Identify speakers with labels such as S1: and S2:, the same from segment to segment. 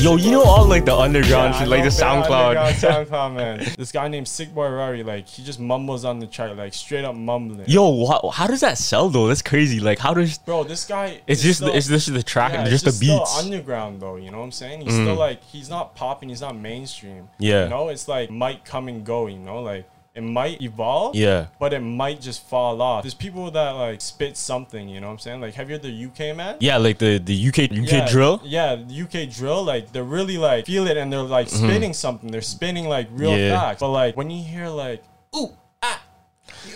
S1: Yo, you know all like the underground shit,
S2: I
S1: like the
S2: know, man,
S1: SoundCloud.
S2: underground SoundCloud man. This guy named Sick Boy Rari, like he just mumbles on the track, like straight up mumbling.
S1: Yo, how, how does that sell though? That's crazy. Like, how does
S2: Bro, this guy.
S1: it's
S2: is
S1: just
S2: still-
S1: it's just the track
S2: Yeah,
S1: and
S2: it's
S1: just the
S2: Still
S1: beats. Mm.
S2: underground though, you know what I'm saying? He's still like he's not popping, he's not mainstream.
S1: Yeah.
S2: you know, it's like might come and go. You know, like it might evolve.
S1: Yeah.
S2: but it might just fall off. There's people that like spit something. You know what I'm saying? Like, have you heard the UK man?
S1: Yeah, like the the UK UK drill.
S2: Yeah, the UK drill. Like they're really like feel it and they're like spinning something. They're spinning like real
S1: Mm-hmm. Yeah.
S2: facts. But like when you hear like ooh ah.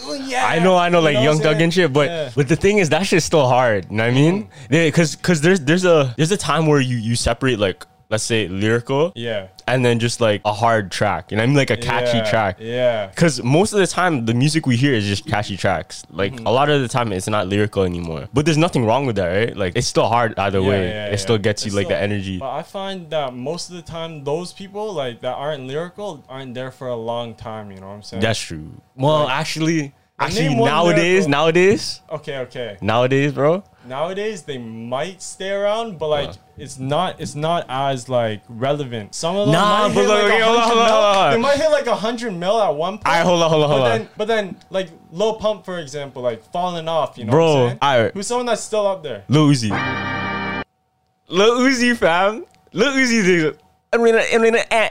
S2: ooh, Yeah.
S1: I know, I know,
S2: you
S1: like
S2: what
S1: Young
S2: I'm
S1: Thug
S2: saying?
S1: and shit, but
S2: Yeah. Mm.
S1: but the thing is, that shit's still hard. You know what I mean? Yeah, cause cause there's there's a there's a time where you you separate like let's say lyrical,
S2: yeah,
S1: and then just like a hard track. You know what I mean? Like a catchy
S2: yeah,
S1: track.
S2: Yeah,
S1: Because most of the time, the music we hear is just catchy tracks. Like
S2: Mm-hmm.
S1: a lot of the time, it's not lyrical anymore. But there's nothing wrong with that, right? Like it's still hard either
S2: Yeah,
S1: way.
S2: yeah,
S1: it
S2: yeah.
S1: still gets you
S2: It's
S1: like the
S2: still-
S1: energy.
S2: But I find that most of the time, those people like that aren't lyrical aren't there for a long time. You know what I'm saying?
S1: That's true. Well, actually, actually
S2: name one
S1: nowadays,
S2: lyrical-
S1: nowadays,
S2: okay. Okay.
S1: nowadays, bro.
S2: Nowadays they might stay around, but like it's not it's not as like relevant. Some of them
S1: Nah,
S2: might
S1: but
S2: hit
S1: look,
S2: like
S1: okay,
S2: a
S1: hold on,
S2: hundred
S1: hold on, hold
S2: mil.
S1: on.
S2: They might hit like a hundred mil at one point.
S1: Alright, hold on, hold on,
S2: but
S1: hold on.
S2: Then, but then like low pump for example, like falling off. You know,
S1: Bro,
S2: what I'm saying?
S1: alright.
S2: who's someone that's still up there?
S1: Lil Uzi. Lil Uzi, fam. Lil Uzi, dude. I mean, I mean, eh.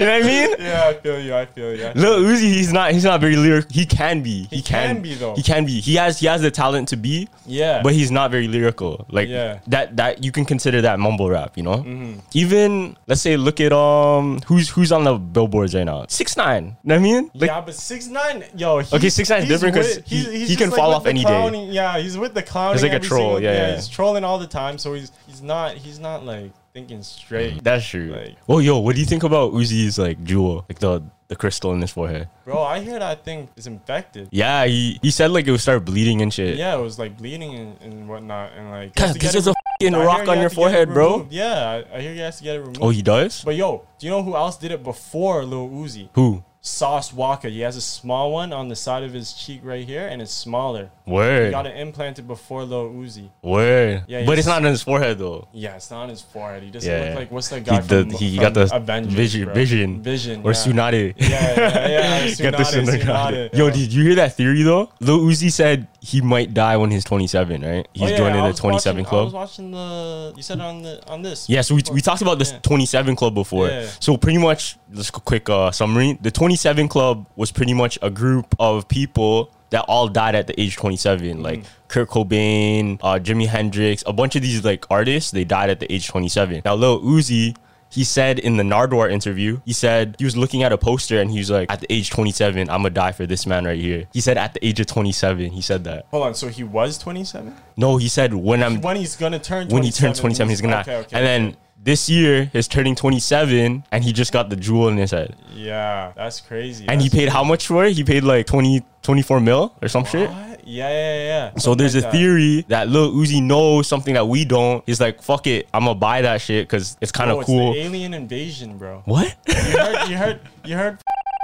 S1: you know what I mean?
S2: Yeah, I feel you. I feel you. I feel
S1: Lil Uzi, he's not he's not very lyrical. He can be. He, can,
S2: can be, though.
S1: He can be. He has he has the talent to be.
S2: Yeah.
S1: But he's not very lyrical. Like
S2: Yeah. Mm-hmm.
S1: that that you can consider that mumble rap, you know? Even let's say look at um who's who's on the billboards right now. Six nine. You know what I mean? Like
S2: yeah, but six nine, yo. He's,
S1: Okay, 6ix9ine is
S2: he's
S1: different 'cause
S2: with-
S1: he-
S2: he's-
S1: he
S2: he's
S1: can
S2: just,
S1: fall
S2: with
S1: off
S2: the
S1: any day.
S2: clowning- Yeah, he's with the clown.
S1: He's like a troll, yeah, yeah.
S2: he's trolling all the time, so he's he's not he's not like thinking straight,
S1: that's true.
S2: Like-
S1: oh yo, what do you think about Uzi's like jewel? Like the the crystal in his forehead.
S2: bro. I hear that thing is infected.
S1: Yeah, he he said like it would start bleeding and shit.
S2: Yeah, it was like bleeding and, and whatnot, and like he
S1: God,
S2: has to
S1: this
S2: get it
S1: is a
S2: re-
S1: fucking
S2: I hear
S1: rock
S2: he
S1: on your
S2: has to get it
S1: forehead, bro.
S2: removed. Yeah, I, I hear he has to get it removed.
S1: Oh, he does?
S2: But yo, do you know who else did it before Lil Uzi?
S1: Who?
S2: Sauce Walker. He has a small one on the side of his cheek right here, and it's smaller. He
S1: Word.
S2: got it implanted before Lil Uzi.
S1: Word.
S2: Yeah,
S1: but
S2: he's-
S1: it's not on his forehead though.
S2: Yeah, it's not on his forehead. He doesn't
S1: Yeah.
S2: look like what's that
S1: He,
S2: guy from,
S1: did- he
S2: from
S1: got the
S2: Avengers,
S1: vision,
S2: bro?
S1: vision,
S2: vision,
S1: or
S2: yeah.
S1: Tsunade.
S2: Yeah, yeah, yeah.
S1: got the
S2: Tsunade,
S1: Tsunade.
S2: Tsunade.
S1: Yo,
S2: Yeah.
S1: did you hear that theory though? Lil Uzi said he might die when he's 27, right? He's
S2: Oh, yeah,
S1: joining
S2: I
S1: the
S2: was
S1: 27
S2: watching- I was
S1: club.
S2: watching the. You said on the on this.
S1: Yeah, so we, we talked about this
S2: Yeah.
S1: 27 club before.
S2: Yeah.
S1: So pretty much, let's go quick uh, summary. The 27 club was pretty much a group of people that all died at the age
S2: Mm.
S1: 27. Like Kurt Cobain, uh, Jimi Hendrix, a bunch of these like artists, they died at the age 27. Now Lil Uzi. He said in the Nardwar interview, he said he was looking at a poster and he was like, at the age 27, I'm gonna die for this man right here. He said at the age of 27, he said that.
S2: Hold on. So he was 27.
S1: No, he said when I'm
S2: When he's gonna turn. 27,
S1: when he turns 27, he's gonna.
S2: Okay, okay.
S1: and then this year, he's turning 27, and he just got the jewel in his head.
S2: Yeah, that's crazy.
S1: and he
S2: That's-
S1: paid how much for it? He paid like 20, 24 mil or some shit.
S2: What? Yeah, yeah, yeah.
S1: So there's a theory that Lil Uzi knows something that we don't. He's like, fuck it, I'm gonna buy that shit because it's kind of cool.
S2: Oh, It's the alien invasion, bro.
S1: what?
S2: You heard? You heard? You heard?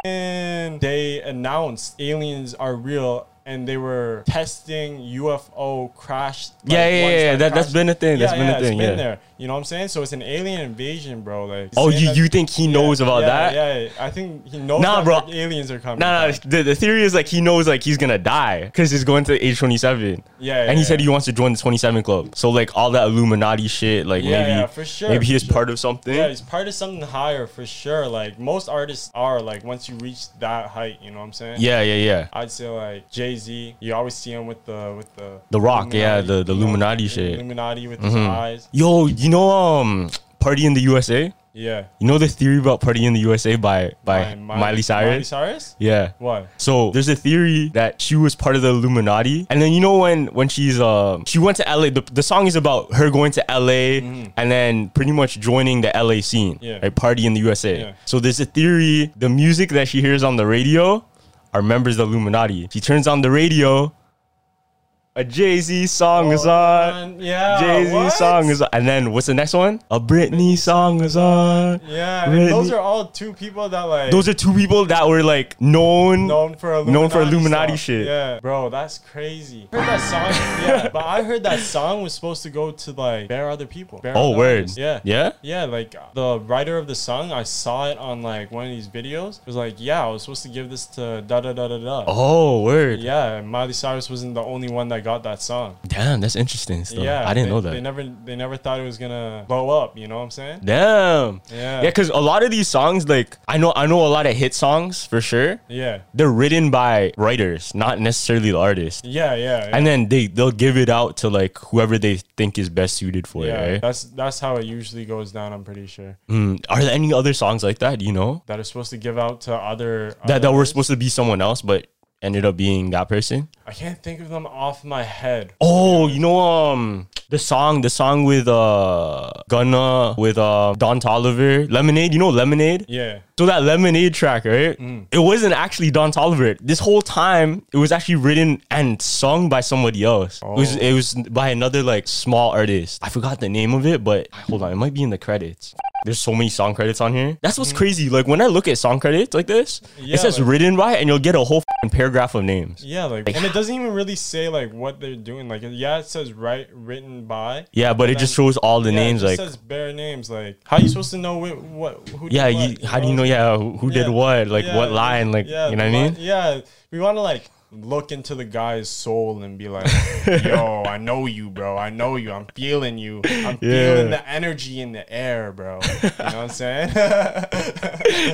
S2: And they announced aliens are real, and they were testing UFO crash. like,
S1: Yeah, yeah,
S2: ones
S1: yeah, yeah. That- that's
S2: crashed.
S1: been a thing.
S2: Yeah,
S1: That's been a
S2: yeah, it's
S1: thing,
S2: been
S1: yeah.
S2: there. You know what I'm saying? So it's an alien invasion, bro. Like.
S1: oh,
S2: saying
S1: you,
S2: that-
S1: you think he knows about
S2: yeah,
S1: that?
S2: Yeah, yeah. I think he knows.
S1: Nah,
S2: that
S1: bro.
S2: fucking Aliens are coming.
S1: Nah, nah
S2: back.
S1: the, the theory is like he knows like he's gonna die because he's going to age 27.
S2: Yeah, yeah,
S1: And he said
S2: yeah.
S1: he wants to join the 27 club. So like all that Illuminati shit, like
S2: Yeah,
S1: maybe
S2: yeah, for sure,
S1: maybe he
S2: for
S1: is
S2: sure.
S1: part of something.
S2: Yeah, he's part of something higher for sure. Like most artists are. Like once you reach that height, you know what I'm saying?
S1: yeah, yeah, yeah.
S2: I'd say like Jay Z. You always see him with the with the
S1: The Rock, yeah, the- the
S2: you know,
S1: Illuminati Mm-hmm.
S2: the
S1: shit.
S2: Illuminati with his eyes.
S1: Yo, you know um Party in the USA?
S2: Yeah.
S1: You know the theory about Party in the USA by by
S2: By Mi-
S1: Miley, Cyrus?
S2: Miley Cyrus?
S1: Yeah.
S2: Why?
S1: So there's a theory that she was part of the Illuminati, and then you know when when she's um she went to LA. The, the song is about her going to LA and then pretty much joining the LA scene,
S2: Mm-hmm. Yeah.
S1: right? Party in the USA.
S2: Yeah.
S1: So there's a theory the music that she hears on the radio are members of the Illuminati. She turns on the radio, a Jay Z song is on.
S2: Oh, Man, yeah.
S1: Jay Z
S2: what?
S1: song is on. And then what's the next one? A Britney song is on.
S2: Yeah. and those
S1: Britney-
S2: are all two people that like
S1: Those are two people that were like known.
S2: known for Illuminati
S1: known for Illuminati
S2: stuff.
S1: shit.
S2: Yeah, bro, that's crazy. I heard that song. yeah, but I heard that song was supposed to go to like bear other people. bear
S1: Oh,
S2: other
S1: word.
S2: artists. Yeah.
S1: Yeah?
S2: Yeah, like the writer of the song, I saw it on like one of these videos. It was like, yeah, I was supposed to give this to da da da da da.
S1: Oh, word.
S2: Yeah, and Miley Cyrus wasn't the only one that got that song.
S1: Damn, that's interesting. Still.
S2: yeah,
S1: I didn't
S2: they-
S1: know
S2: They
S1: that.
S2: never, they never thought it was gonna blow up. You know what I'm saying?
S1: Damn. Yeah,
S2: Yeah.
S1: because a lot of these songs, like I know, I know a lot of hit songs for sure.
S2: Yeah,
S1: They're written by writers, not necessarily the artist.
S2: yeah, yeah. yeah.
S1: And then they they'll give it out to like whoever they think is best suited for
S2: yeah,
S1: it. Right?
S2: that's that's how it usually goes down. I'm pretty sure
S1: Mm, Are there any other songs like that? You know,
S2: that are supposed to give out to other
S1: that that were
S2: others.
S1: supposed to be someone else, but ended up being that person.
S2: I can't think of them off my head.
S1: Oh, you know, um, the song, the song with uh Gunna with uh Don Tolliver, Lemonade. You know, Lemonade.
S2: Yeah,
S1: So that lemonade track, right?
S2: Mm.
S1: It wasn't actually Don Tolliver. This whole time, it was actually written and sung by somebody else. It
S2: Oh.
S1: was it was by another like small artist. I forgot the name of it, but hold on, it might be in the credits. There's so many song credits on here. That's what's crazy. Like when I look at song credits like this,
S2: Mm. Yeah,
S1: it says
S2: like-
S1: written by, and you'll get a whole fing paragraph of names.
S2: yeah, like, and it doesn't even really say like what they're doing. Like, yeah, it says right written by.
S1: Yeah, but it just shows all the
S2: Yeah, it
S1: names.
S2: just
S1: Like,
S2: says bare names. Like, how you supposed to know what, what who? did
S1: yeah,
S2: what,
S1: you, how do you know?
S2: what?
S1: Yeah, who, who did
S2: Yeah.
S1: what? Like
S2: Yeah,
S1: what line? Like
S2: yeah,
S1: you know what I
S2: we
S1: mean?
S2: want- Yeah, we want to like look into the guy's soul and be like, "Yo, I know you, bro. I know you. I'm feeling you. I'm feeling the energy in the air, bro." You know what I'm saying?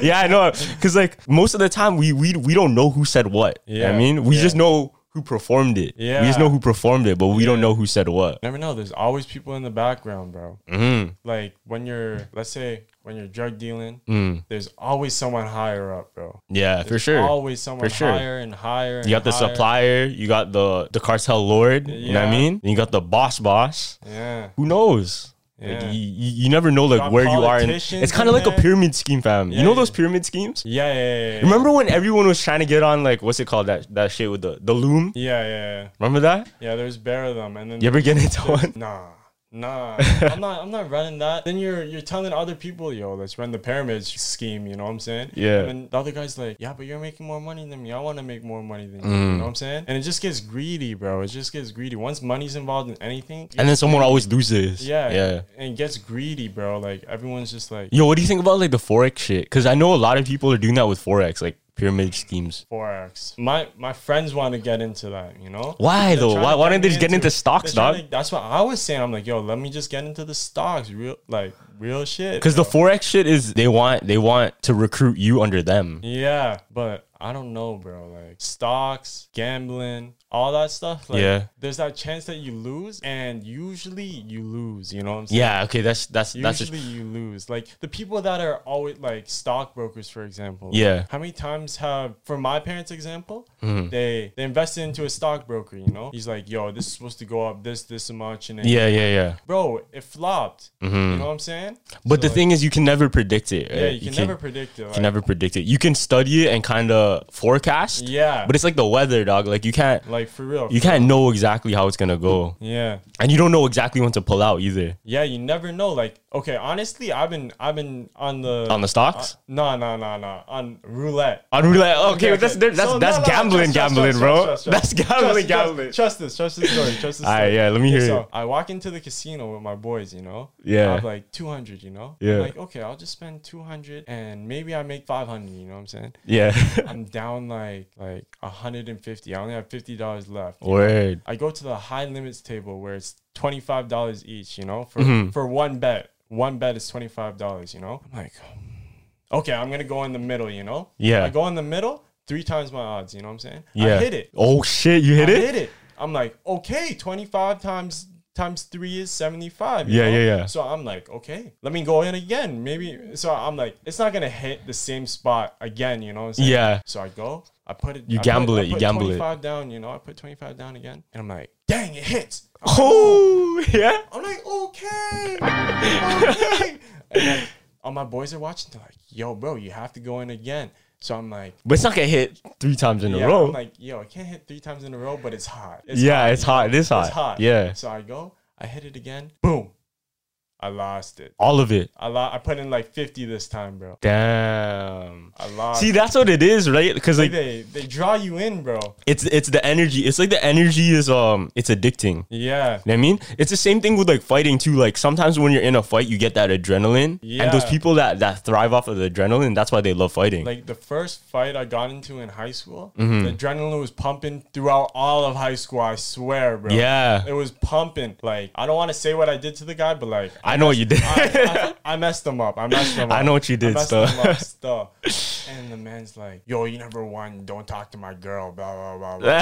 S1: yeah, I know. Because like most of the time, we we we don't know who said what. Yeah,
S2: Yeah,
S1: I mean, we
S2: yeah.
S1: just know who performed it. we just
S2: Yeah.
S1: know who performed it, but we don't know who said what.
S2: Never know. There's always people in the background, bro.
S1: Mm-hmm.
S2: Like when you're, let's say, when you're drug dealing, there's always someone higher up, bro.
S1: Yeah, for Mm. sure.
S2: Always someone
S1: For sure.
S2: higher and higher.
S1: you got the supplier, you got the the cartel lord. You know what I
S2: Yeah.
S1: mean? And you got the boss, boss.
S2: Yeah.
S1: Who knows? Like,
S2: Yeah.
S1: you, you, you never know like
S2: Got
S1: where you are. In,
S2: politicians
S1: it's kind of
S2: in
S1: like a
S2: there.
S1: pyramid scheme, fam. you
S2: Yeah,
S1: know
S2: yeah.
S1: those pyramid schemes?
S2: Yeah, yeah, yeah, yeah.
S1: Remember when everyone was trying to get on like what's it called that that shit with the the loom?
S2: Yeah, yeah, yeah.
S1: Remember that?
S2: Yeah, there's bare of them, and then
S1: You ever get into one?
S2: Nah. Nah, I'm not. I'm not running that. Then you're you're telling other people, yo, let's run the pyramid sh- scheme. You know what I'm saying?
S1: Yeah.
S2: And then the other guy's like, yeah, but you're making more money than me. I want to make more money than you.
S1: Mm.
S2: You know what I'm saying? And it just gets greedy, bro. It just gets greedy. Once money's involved in anything,
S1: And then someone always loses.
S2: yeah,
S1: Yeah.
S2: and it gets greedy, bro. Like everyone's just like
S1: Yo, what do you think about like the forex shit? Because I know a lot of people are doing that with forex, like pyramid schemes.
S2: forex. My my friends want to get into that, you know?
S1: Why, though?
S2: trying
S1: Why-
S2: to
S1: why don't they just get
S2: me
S1: into stocks,
S2: they're trying
S1: dog?
S2: to- that's what I was saying. I'm like, yo, let me just get into the stocks, real like real shit.
S1: Because the
S2: bro.
S1: forex shit is they want they want to recruit you under them.
S2: Yeah, but I don't know, bro. Like stocks, gambling, all that stuff. Like,
S1: Yeah.
S2: There's that chance that you lose, and usually you lose. You know what I'm saying?
S1: Yeah. Okay. That's that's that's.
S2: Usually you lose. Like the people that are always like stockbrokers, for example.
S1: Yeah. Mm-hmm.
S2: How many times have, for my parents' example, they they invested into a stockbroker. You know, he's like, "Yo, this is supposed to go up this this much," and then,
S1: yeah. Yeah. Yeah.
S2: bro, it flopped. You know what I'm saying?
S1: But the
S2: So,
S1: thing is, you can never predict it.
S2: yeah,
S1: right?
S2: you can never predict it.
S1: You
S2: like-
S1: can never predict it. You can study it and kind of forecast.
S2: Yeah.
S1: But it's like the weather, dog. Like you can't.
S2: like for real.
S1: You can't know exactly how it's gonna go,
S2: yeah.
S1: and you don't know exactly when to pull out either.
S2: Yeah, you never know. Like, okay, honestly, I've been I've been on the
S1: On the stocks?
S2: No, no, no, no. On roulette.
S1: I would be like, okay,
S2: Okay,
S1: that's
S2: okay.
S1: that's that's,
S2: So, no, no,
S1: gambling,
S2: trust, trust,
S1: gambling,
S2: trust,
S1: bro.
S2: trust, trust,
S1: That's
S2: trust.
S1: gambling,
S2: Trust, trust,
S1: gambling.
S2: Trust this. Trust this story. Trust this.
S1: All
S2: story.
S1: right, yeah, let me hear
S2: so
S1: it.
S2: I walk into the casino with my boys. You know.
S1: Yeah.
S2: I have like two hundred. You know. I'm
S1: Yeah.
S2: like okay, I'll just spend two hundred and maybe I make five hundred. You know what I'm saying?
S1: Yeah.
S2: I'm down like like hundred and fifty. I only have fifty dollars left.
S1: Word.
S2: I go to the high limits table where it's twenty five dollars each, you know, for for one bet. One bet is twenty five dollars, you know. I'm like, okay, I'm gonna go in the middle, you know.
S1: Yeah.
S2: I go in the middle, three times my odds. You know what I'm saying?
S1: Yeah.
S2: I hit it.
S1: Oh shit, you hit
S2: I
S1: it?
S2: hit it. I'm like, okay, twenty five times times three is 75.
S1: Yeah, yeah, yeah.
S2: So I'm like, okay, let me go in again. Maybe. So I'm like, it's not going to hit the same spot again, you know? what I'm saying?
S1: Yeah.
S2: So I go, I put it.
S1: You
S2: I put-
S1: gamble
S2: I
S1: it, you
S2: put
S1: gamble it.
S2: 25 down, you know? I put 25 down again. And I'm like, dang, it hits. I'm like,
S1: Oh yeah.
S2: I'm like, okay, okay. and then all my boys are watching. They're like, yo, bro, you have to go in again. So I'm like,
S1: But it's not gonna hit three times in
S2: yeah,
S1: a row.
S2: I'm like, yo, I can't hit three times in a row, but it's hot. It's
S1: yeah, it's hot. It is hot.
S2: It's hot.
S1: Yeah.
S2: So I go, I hit it again. Boom. I lost it.
S1: All of it.
S2: I lo- I put in like 50 this time, bro.
S1: Damn.
S2: I lost.
S1: See, that's what it is, right? Because like
S2: they they draw you in, bro.
S1: it's it's the energy. It's like the energy is um it's addicting.
S2: Yeah.
S1: You know what I mean, it's the same thing with like fighting too. Like sometimes when you're in a fight, you get that adrenaline, and those
S2: Yeah.
S1: people that that thrive off of the adrenaline, that's why they love fighting.
S2: Like the first fight I got into in high school,
S1: Mm-hmm.
S2: the adrenaline was pumping throughout all of high school. I swear, bro.
S1: Yeah.
S2: it was pumping. Like I don't want to say what I did to the guy, but like
S1: I know what you did.
S2: I, I, I messed him up. I messed him up.
S1: I know what you did,
S2: I messed
S1: stuff.
S2: him up, stuff. And the man's like, "Yo, you never won. Don't talk to my girl." Blah blah blah. blah.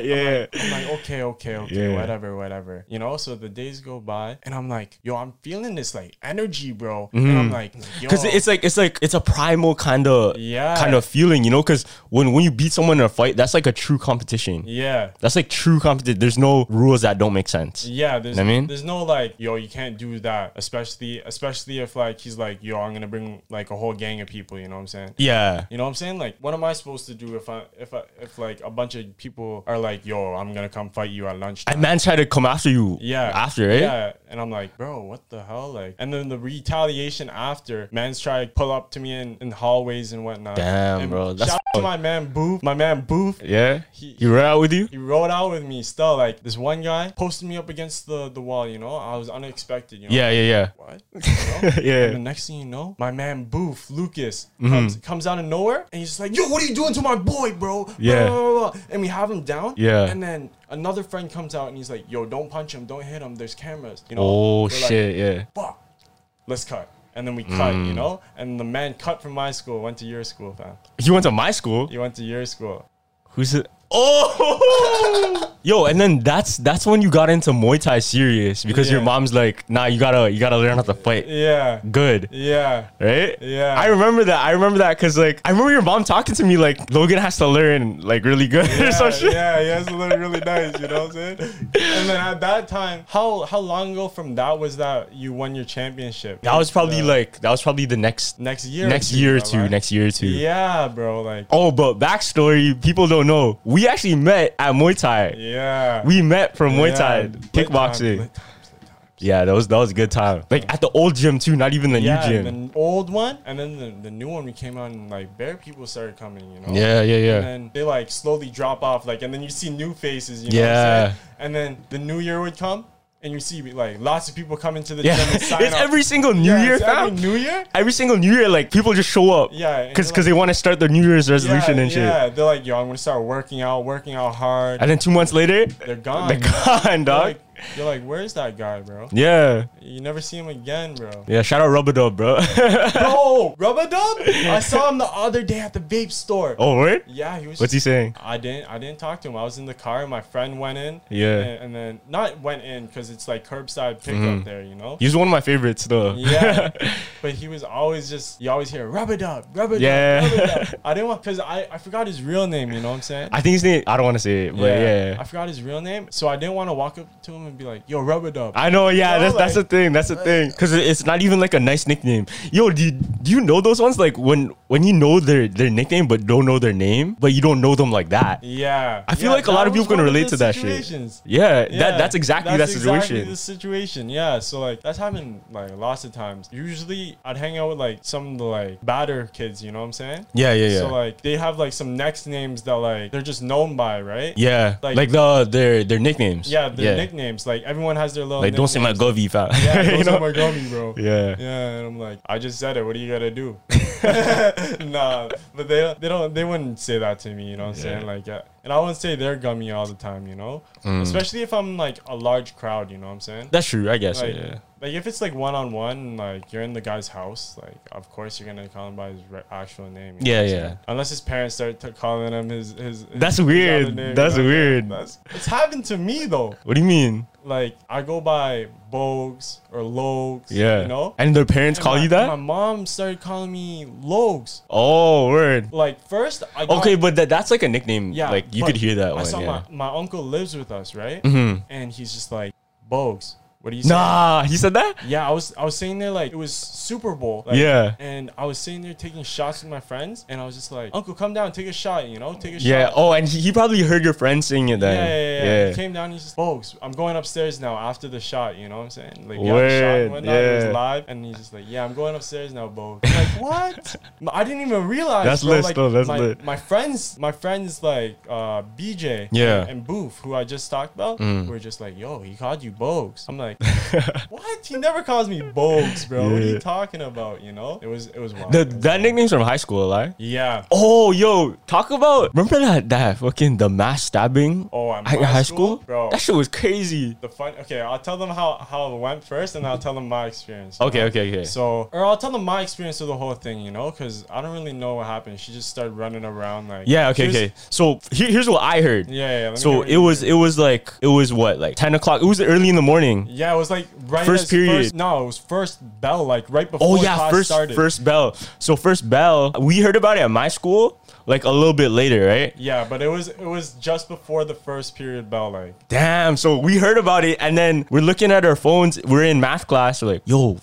S1: yeah.
S2: I'm oh. like, okay, okay, okay,
S1: Yeah.
S2: whatever, whatever. You know, so the days go by, and I'm like, yo, I'm feeling this like energy, bro. And I'm like, yo,
S1: Mm-hmm. Cause it's like it's like it's a primal kind of
S2: Oh. Yeah.
S1: kind of feeling, you know. Cause when when you beat someone in a fight, that's like a true competition.
S2: yeah.
S1: That's like true competition. There's no rules that don't make sense.
S2: Yeah, there's
S1: I mean?
S2: there's no like, yo, you can't do that, especially especially if like he's like, yo, I'm gonna bring like a whole gang of people. You know what I'm saying?
S1: Yeah.
S2: You know what I'm saying? Like, what am I supposed to do if I if I if like a bunch of people are like, yo, I'm gonna come fight you at lunchtime?
S1: And man tried to come after you.
S2: Yeah.
S1: After eh? right?
S2: Yeah. And I'm like, bro, what the hell? Like, and then the retaliation after, man's try to pull up to me in, in hallways and whatnot.
S1: Damn,
S2: And
S1: bro, that's
S2: shout out to my man Boof. My man Boof.
S1: Yeah.
S2: He-
S1: you ran out with you.
S2: He rode out with me still. Like this one guy posted me up against the, the wall, you know? I was unexpected, you know?
S1: Yeah. Yeah.
S2: What? You know?
S1: Yeah.
S2: And the next thing you know, my man Boof, Lucas,
S1: Mm-hmm.
S2: comes, comes out of nowhere and he's just like, yo, what are you doing to my boy, bro? Blah,
S1: Yeah.
S2: blah, blah, blah. And we have him down.
S1: Yeah.
S2: And then another friend comes out and he's like, yo, don't punch him, don't hit him, there's cameras. You know?
S1: Oh
S2: We're like,
S1: shit. yeah.
S2: fuck, let's cut. And then we cut, you know? And the man cut from my school, went to your school, fam.
S1: You went to my school.
S2: He went to your school.
S1: Who's it? Oh, yo, and then that's that's when you got into Muay Thai serious because your
S2: Yeah.
S1: mom's like, nah, you gotta you gotta learn how to fight.
S2: Yeah.
S1: Good.
S2: Yeah.
S1: right?
S2: Yeah.
S1: I remember that. I remember that because like I remember your mom talking to me like Logan has to learn like really good or some
S2: Yeah,
S1: shit.
S2: yeah, yeah, it's looking really nice, you know what I'm saying? And then at that time, how how long ago from that was that you won your championship?
S1: That was probably
S2: Yeah.
S1: like that was probably the next
S2: next year.
S1: next year or
S2: bro,
S1: two,
S2: right?
S1: next year or two.
S2: Yeah, bro, like
S1: Oh, but backstory, people don't know. We actually met at Muay Thai.
S2: yeah.
S1: We met from Muay
S2: Yeah,
S1: Thai
S2: lit
S1: kickboxing.
S2: times, lit times, lit times.
S1: Yeah, that was that was a good time. Like at the old gym too, not even the
S2: Yeah,
S1: new gym.
S2: the old one, and then the, the new one we came out, and like bare people started coming, you know.
S1: yeah, yeah, yeah.
S2: and then they like slowly drop off like and then you see new faces you know
S1: Yeah.
S2: what I'm saying? and then the new year would come and you see like lots of people come into the
S1: yeah,
S2: gym and sign
S1: it's
S2: up.
S1: every single New
S2: Yeah,
S1: Year,
S2: it's every
S1: fam.
S2: new year
S1: every single New Year, like people just show up.
S2: Yeah, and
S1: because
S2: you're
S1: they want to start their New Year's resolution
S2: yeah,
S1: and shit.
S2: yeah they're like yo i'm gonna start working out working out hard
S1: And then two months later,
S2: they're gone
S1: they're gone,
S2: You're
S1: dog.
S2: like, you're like where's that guy bro
S1: yeah.
S2: you never see him again bro
S1: Yeah, shout out Rubber Dub, bro.
S2: no rubber dub i saw him the other day at the vape store
S1: oh, word?
S2: yeah he was
S1: What's he saying?
S2: I didn't. I didn't talk to him. I was in the car. My friend went in.
S1: Yeah.
S2: And, and then not went in because it's like curbside pickup
S1: Mm-hmm.
S2: there, you know.
S1: He was one of my favorites, though.
S2: Yeah. but he was always just you always hear rub it up, rub it
S1: Yeah.
S2: up, rub it up. I didn't want because I I forgot his real name. You know what I'm saying?
S1: I think his name, I don't want to say it, but yeah.
S2: I forgot his real name, so I didn't want to walk up to him and be like, "Yo, rub it up."
S1: I know, yeah,
S2: You know,
S1: that's, that's the
S2: like-
S1: thing, that's the thing. Because it's not even like a nice nickname. Yo, do you, do you know those ones? Like when when you know their, their nickname but don't know their name, but you don't know them like that.
S2: yeah.
S1: I feel
S2: Yeah,
S1: like a lot
S2: that
S1: of people
S2: was
S1: can
S2: one
S1: relate
S2: the
S1: to that shit.
S2: situations.
S1: Yeah,
S2: Yeah,
S1: that, that's exactly that situation.
S2: Exactly the situation, yeah. So like that's happened like lots of times. Usually I'd hang out with like some of the like batter kids, you know what I'm saying?
S1: Yeah, yeah, yeah.
S2: So like they have like some next names that like they're just known by, right?
S1: yeah, like,
S2: like-
S1: the their their nicknames.
S2: Yeah, their nicknames. Like everyone has their little
S1: Like don't say my
S2: nicknames.
S1: govy, fam.
S2: Yeah, don't
S1: You
S2: say
S1: know?
S2: my gummy, bro.
S1: Yeah.
S2: Yeah, and I'm like, I just said it. What do you gotta do? nah, but they don't- they don't they wouldn't say that to me. You know what I'm saying? Like, yeah. and I wouldn't say they're gummy all the time. You know,
S1: Mm.
S2: especially if I'm like a large crowd. You know what I'm saying?
S1: That's true, I guess.
S2: like,
S1: yeah.
S2: like if it's like one on one, like you're in the guy's house, like of course you're gonna call him by his re- actual name. you know
S1: Yeah,
S2: what I'm
S1: yeah.
S2: saying? Unless his parents start t- calling him his his. his
S1: That's
S2: his other
S1: weird.
S2: name,
S1: That's
S2: you know?
S1: weird.
S2: That's, it's happened to me though.
S1: What do you mean?
S2: like I go by Bogues or Logs.
S1: Yeah.
S2: You know?
S1: And their parents call
S2: my,
S1: you that?
S2: My mom started calling me Logs.
S1: oh, word.
S2: Like first I got,
S1: Okay, but that, that's like a nickname. Yeah. Like you
S2: but
S1: could hear that
S2: I
S1: one.
S2: saw
S1: yeah. Mm-hmm.
S2: my, my uncle lives with us, right? And he's just like, Bogues, what do you say?
S1: Nah, he said that?
S2: Yeah, I was I was sitting there like it was Super Bowl. like,
S1: Yeah.
S2: And I was sitting there taking shots with my friends, and I was just like, Uncle, come down, take a shot, you know, take a
S1: Yeah.
S2: shot.
S1: Oh, and he, he probably heard your friend singing it
S2: Yeah,
S1: then.
S2: yeah, yeah, He came down. He's just, folks, I'm going upstairs now after the shot. You know what I'm saying? Like, we had a shot
S1: Word,
S2: and whatnot. It
S1: yeah.
S2: was live, and he's just like, yeah, I'm going upstairs now, Bo. I'm like, what? I didn't even realize.
S1: That's
S2: bro,
S1: lit
S2: like,
S1: stuff, that's
S2: my,
S1: lit.
S2: My friends, my friends, like uh, BJ,
S1: Yeah. Mm.
S2: and Boof, who I just talked about, were just like, yo, he called you Bogues. I'm like, what? He never calls me Bogues, bro. What are
S1: Yeah.
S2: you talking about? You know? It was it was wild.
S1: The,
S2: It was
S1: that
S2: wild.
S1: nickname's from high school, like.
S2: Yeah.
S1: Oh, yo, talk about remember that that fucking the mass stabbing?
S2: Oh, at
S1: at your
S2: my
S1: high
S2: school?
S1: school,
S2: Bro.
S1: That shit was crazy.
S2: The fun. Okay, I'll tell them how how it went first, and I'll tell them my experience. you
S1: Okay,
S2: know?
S1: okay, okay.
S2: So, or I'll tell them my experience of the whole thing, you know, because I don't really know what happened. She just started running around like.
S1: Yeah, okay,
S2: she was-
S1: okay. So here, here's what I heard.
S2: Yeah, yeah, yeah, let me hear
S1: So
S2: what
S1: it
S2: you
S1: was
S2: heard.
S1: it was like it was what like ten o'clock. It was early in the morning.
S2: Yeah, it was like right
S1: First
S2: as
S1: period.
S2: First, no, it was first bell, like right before.
S1: Oh yeah,
S2: class
S1: first
S2: started.
S1: first bell. So first bell, we heard about it at my school like a little bit later, right?
S2: Yeah, but it was it was just before the first period bell, like.
S1: Damn. So we heard about it, and then we're looking at our phones. We're in math class. We're like, yo,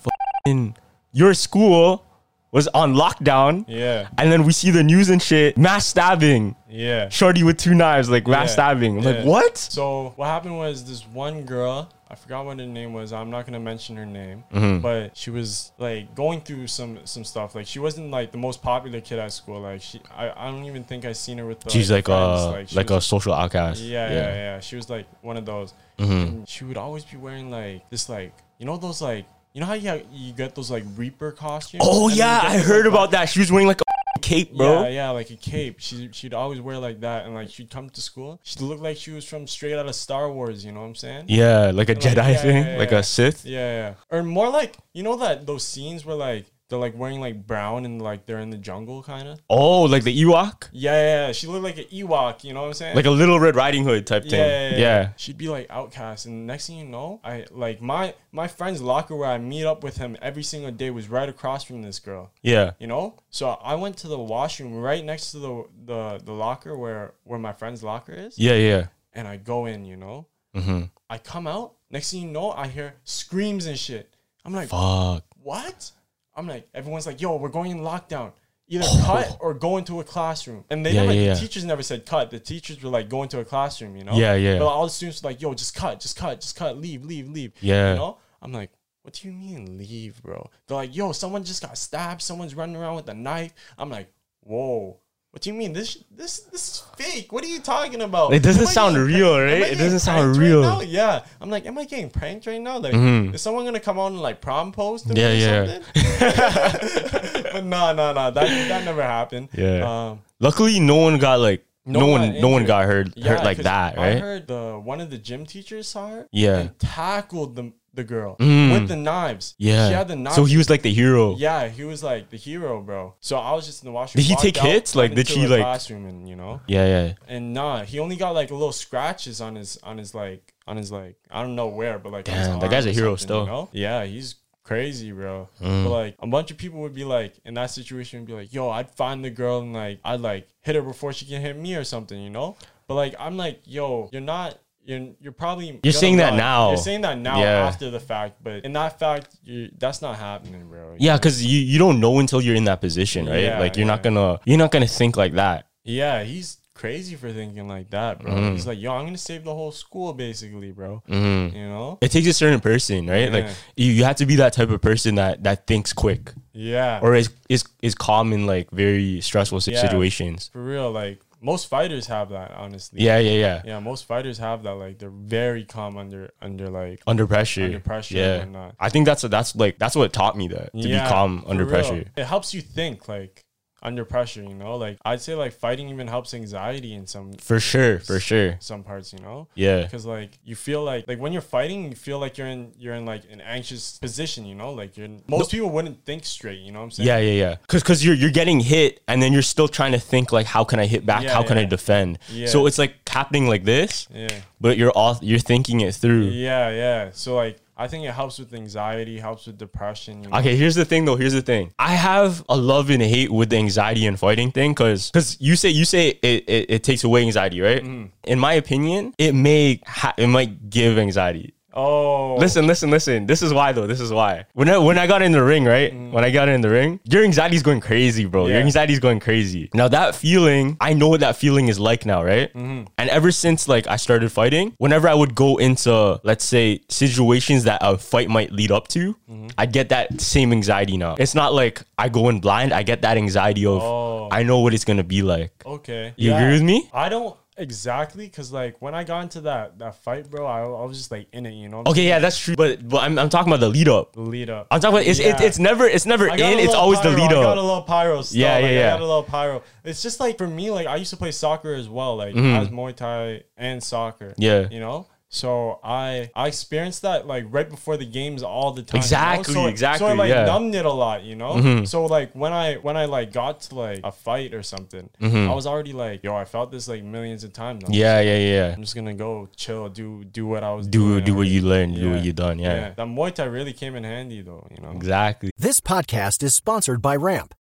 S1: fucking, your school was on lockdown.
S2: Yeah.
S1: And then we see the news and shit. Mass stabbing.
S2: Yeah.
S1: Shorty with two knives, like mass
S2: Yeah.
S1: stabbing. I'm
S2: Yeah.
S1: like, what?
S2: So what happened was this one girl, I forgot what her name was. I'm not gonna mention her name,
S1: Mm-hmm.
S2: but she was like going through some some stuff. Like she wasn't like the most popular kid at school. Like she, I, I don't even think I seen her with. The,
S1: She's like
S2: friends.
S1: a
S2: she
S1: like a Mm-hmm.
S2: was-
S1: social outcast.
S2: yeah, yeah, yeah, She was like one of those. And she would always be wearing like this, like you know those like you know how you, have, you get those like Reaper costumes.
S1: Oh
S2: And then you
S1: yeah,
S2: get
S1: I
S2: those,
S1: heard
S2: like,
S1: about that. She was wearing like a fucking cape, bro.
S2: yeah, yeah, like a cape. She she'd always wear like that, and like she'd come to school. She looked like she was from straight out of Star Wars. You know what I'm saying?
S1: Yeah, like a
S2: Like,
S1: Jedi
S2: yeah,
S1: thing,
S2: yeah,
S1: like
S2: yeah.
S1: a Sith.
S2: Yeah, yeah. Or more like you know that those scenes where like they're like wearing like brown and like they're in the jungle kind of.
S1: Oh, like the Ewok,
S2: Yeah, yeah, yeah. She looked like an Ewok. You know what I'm saying?
S1: like a Little Red Riding Hood type thing.
S2: yeah, yeah,
S1: yeah.
S2: She'd be like outcast, and next thing you know, I like my my friend's locker where I meet up with him every single day was right across from this girl.
S1: yeah.
S2: You know, so I went to the washroom right next to the the, the locker where where my friend's locker is,
S1: Yeah, Mm-hmm. yeah.
S2: and I go in. You know, I come out. Next thing you know, I hear screams and shit. I'm like,
S1: Fuck.
S2: what? I'm like, everyone's like, yo, we're going in lockdown. Either cut or go into a classroom. And they
S1: Yeah,
S2: never,
S1: yeah, yeah.
S2: the teachers never said cut. The teachers were like, go into a classroom, you know?
S1: Yeah, yeah.
S2: But all the students were like, yo, just cut, just cut, just cut, leave, leave, leave.
S1: Yeah.
S2: You know? I'm like, what do you mean leave, bro? They're like, yo, someone just got stabbed. Someone's running around with a knife. I'm like, whoa. What do you mean? This this this is fake. What are you talking about?
S1: It doesn't
S2: Am I
S1: sound
S2: getting
S1: real,
S2: pranked?
S1: right?
S2: Am I
S1: It
S2: getting
S1: doesn't sound
S2: pranked right
S1: real. Mm-hmm.
S2: now? yeah. I'm like, am I getting pranked right now? Like, is someone gonna come on and like prom pose to
S1: Yeah,
S2: me or
S1: yeah.
S2: something? but no, no, no, that that never happened.
S1: Yeah.
S2: Um,
S1: Luckily, no one got like no,
S2: one
S1: one,
S2: got
S1: no one
S2: injured.
S1: got hurt hurt
S2: yeah,
S1: like
S2: 'cause
S1: that, right?
S2: I heard the one of the gym teachers saw her.
S1: Yeah.
S2: And tackled the the girl
S1: Mm.
S2: with the knives.
S1: yeah.
S2: She had the knives.
S1: so he was like the hero.
S2: Yeah, he was like the hero, bro. So I was just in the washroom.
S1: Did he
S2: walked
S1: take
S2: out,
S1: hits? Like,
S2: went
S1: did
S2: into
S1: she,
S2: a
S1: like-
S2: classroom and you know?
S1: yeah, yeah.
S2: And nah, he only got like little scratches on his on his like on his like I don't know where, but like on his
S1: Damn, that
S2: arm
S1: guy's a
S2: or
S1: hero
S2: something,
S1: still. Mm.
S2: you know? Yeah, he's crazy, bro. But like a bunch of people would be like in that situation would be like, yo, I'd find the girl and like I'd like hit her before she can hit me or something, you know? But like I'm like, yo, you're not you're, you're probably you're
S1: saying that now.
S2: You're saying that now
S1: Yeah.
S2: after the fact, but in that fact, you that's not happening, bro.
S1: Yeah, because you, you don't know until you're in that position, right?
S2: Yeah,
S1: like you're not
S2: yeah.
S1: gonna you're not gonna think like that.
S2: Yeah, he's crazy for thinking like that, bro.
S1: Mm-hmm.
S2: He's like, yo, I'm gonna save the whole school, basically, bro.
S1: Mm-hmm.
S2: You know?
S1: It takes a certain person, right? Like
S2: Yeah.
S1: you, you have to be that type of person that that thinks quick
S2: Yeah.
S1: or is is is calm in like very stressful si-
S2: Yeah.
S1: situations.
S2: for real, like most fighters have that, honestly.
S1: Yeah, yeah, yeah.
S2: Yeah, most fighters have that. Like they're very calm under under like
S1: Under pressure.
S2: Under pressure and
S1: Yeah.
S2: whatnot.
S1: I think that's that's like that's what taught me that to
S2: Yeah,
S1: be calm
S2: for
S1: under
S2: real.
S1: pressure.
S2: It helps you think like under pressure, you know? Like I'd say like fighting even helps anxiety in some
S1: For sure, for sure.
S2: some parts, you know?
S1: Yeah.
S2: Cuz like you feel like like when you're fighting, you feel like you're in you're in like an anxious position, you know? Like you're most people wouldn't think straight, you know what I'm saying?
S1: Yeah, yeah, yeah. Cause, cause you're you're getting hit, and then you're still trying to think like, how can I hit back?
S2: Yeah,
S1: how can I
S2: yeah.
S1: defend?
S2: Yeah.
S1: So it's like happening like this,
S2: Yeah.
S1: but you're all you're thinking it through.
S2: Yeah, yeah. So like I think it helps with anxiety, helps with depression, you know?
S1: Okay, here's the thing though. Here's the thing. I have a love and hate with the anxiety and fighting thing because because you say you say it, it, it takes away anxiety, right? In my opinion, it may ha- it might give anxiety.
S2: Oh.
S1: Listen, listen, listen. This is why though. This is why. When I, when I got in the ring, right? When I got in the ring, your anxiety's going crazy, bro. Your
S2: Mm. Yeah.
S1: anxiety's going crazy. Now that feeling, I know what that feeling is like now, right?
S2: Mm-hmm.
S1: And ever since like I started fighting, whenever I would go into let's say situations that a fight might lead up to,
S2: Mm-hmm.
S1: I get that same anxiety now. It's not like I go in blind. I get that anxiety of
S2: Oh.
S1: I know what it's gonna be like.
S2: Okay.
S1: You agree with me?
S2: I don't exactly because like when I got into that that fight, bro, I, I was just like in it, you know.
S1: Okay, yeah, that's true. But but I'm, I'm talking about the lead up.
S2: The lead up.
S1: I'm talking about it's it,
S2: Yeah.
S1: it's never it's never
S2: I got
S1: in.
S2: a
S1: It's
S2: little
S1: always the
S2: pyro,
S1: lead
S2: I
S1: up.
S2: got a little pyro. Still.
S1: Yeah,
S2: like,
S1: yeah,
S2: I
S1: yeah.
S2: got a little pyro. It's just like for me, like I used to play soccer as well, like as Muay Thai and soccer.
S1: Mm-hmm. Yeah.
S2: you know. So I I experienced that like right before the games all the time. you know?
S1: Exactly,
S2: So, it-
S1: exactly,
S2: So I like
S1: yeah. Mm-hmm.
S2: numbed it a lot, you know. So like when I when I like got to like a fight or something, I was already like, yo, I felt this like millions of times. now.
S1: Mm-hmm. Yeah, yeah, yeah.
S2: I'm just gonna go chill, do do what I was
S1: Do
S2: doing
S1: do what
S2: already.
S1: you learn, do what you done. Oh, Yeah.
S2: That Muay Thai really came in handy though, you know.
S1: Exactly.
S3: This podcast is sponsored by Ramp.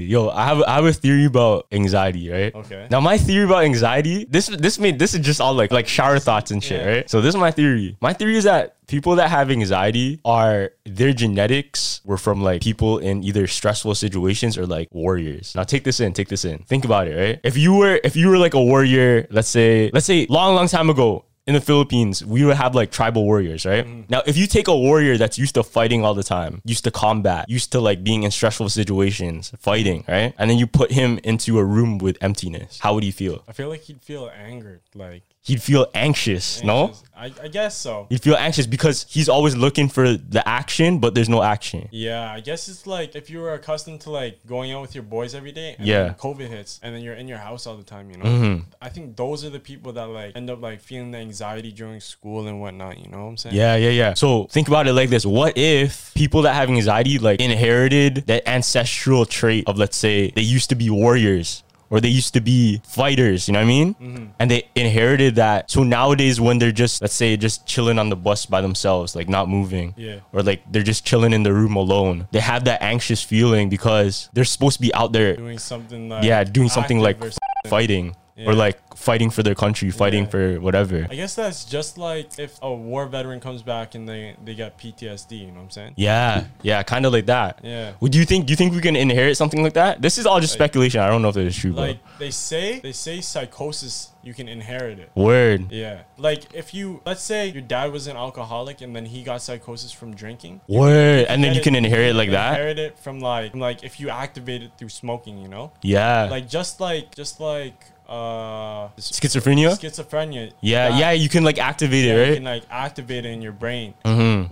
S1: Yo, I have I have a theory about anxiety, right?
S2: Okay.
S1: Now my theory about anxiety, this this made this is just all like like shower thoughts and shit, right? So this is my theory. My theory is that people that have anxiety are their genetics were from like people in either stressful situations or like warriors. Now take this in, take this in. Think about it, right? If you were if you were like a warrior, let's say let's say long long time ago in the Philippines, we would have like tribal warriors, right? Now, if you take a warrior that's used to fighting all the time, used to combat, used to like being in stressful situations, fighting, right? And then you put him into a room with emptiness, how would he feel?
S2: I feel like he'd feel angered, like
S1: He'd feel anxious, no?
S2: anxious. I, I guess so.
S1: He'd feel anxious because he's always looking for the action, but there's no action.
S2: Yeah, I guess it's like if you were accustomed to like going out with your boys every day, and
S1: Yeah. Mm-hmm.
S2: then COVID hits, and then you're in your house all the time, you know. I think those are the people that like end up like feeling the anxiety during school and whatnot. You know what I'm saying?
S1: Yeah, yeah, yeah. So think about it like this. What if people that have anxiety like inherited that ancestral trait of let's say they used to be warriors or they used to be fighters, you know what I mean? And they inherited that. So nowadays when they're just let's say just chilling on the bus by themselves, like not moving.
S2: Yeah.
S1: Or like they're just chilling in the room alone. They have that anxious feeling because they're supposed to be out there
S2: Doing something like
S1: yeah, doing something like
S2: active or
S1: f- fighting or like fighting for their country, fighting for whatever.
S2: I guess that's just like if a war veteran comes back and they they got PTSD. You know what I'm saying?
S1: Yeah, yeah, kind of like that.
S2: Yeah.
S1: Would you think? Do you think we can inherit something like that? This is all just speculation. I don't know if it is true,
S2: Like they say, they say psychosis you can inherit it.
S1: but word,
S2: Yeah, like if you let's say your dad was an alcoholic and then he got psychosis from drinking.
S1: word, and then
S2: get
S1: you can
S2: it-
S1: inherit like
S2: you
S1: that.
S2: Inherit it from like from like if you activate it through smoking, you know,
S1: Yeah, like
S2: like just like just like uh
S1: schizophrenia.
S2: schizophrenia.
S1: Yeah,
S2: that-
S1: yeah, you can like activate
S2: yeah,
S1: it,
S2: You
S1: right? Mm-hmm.
S2: can like activate it in your brain.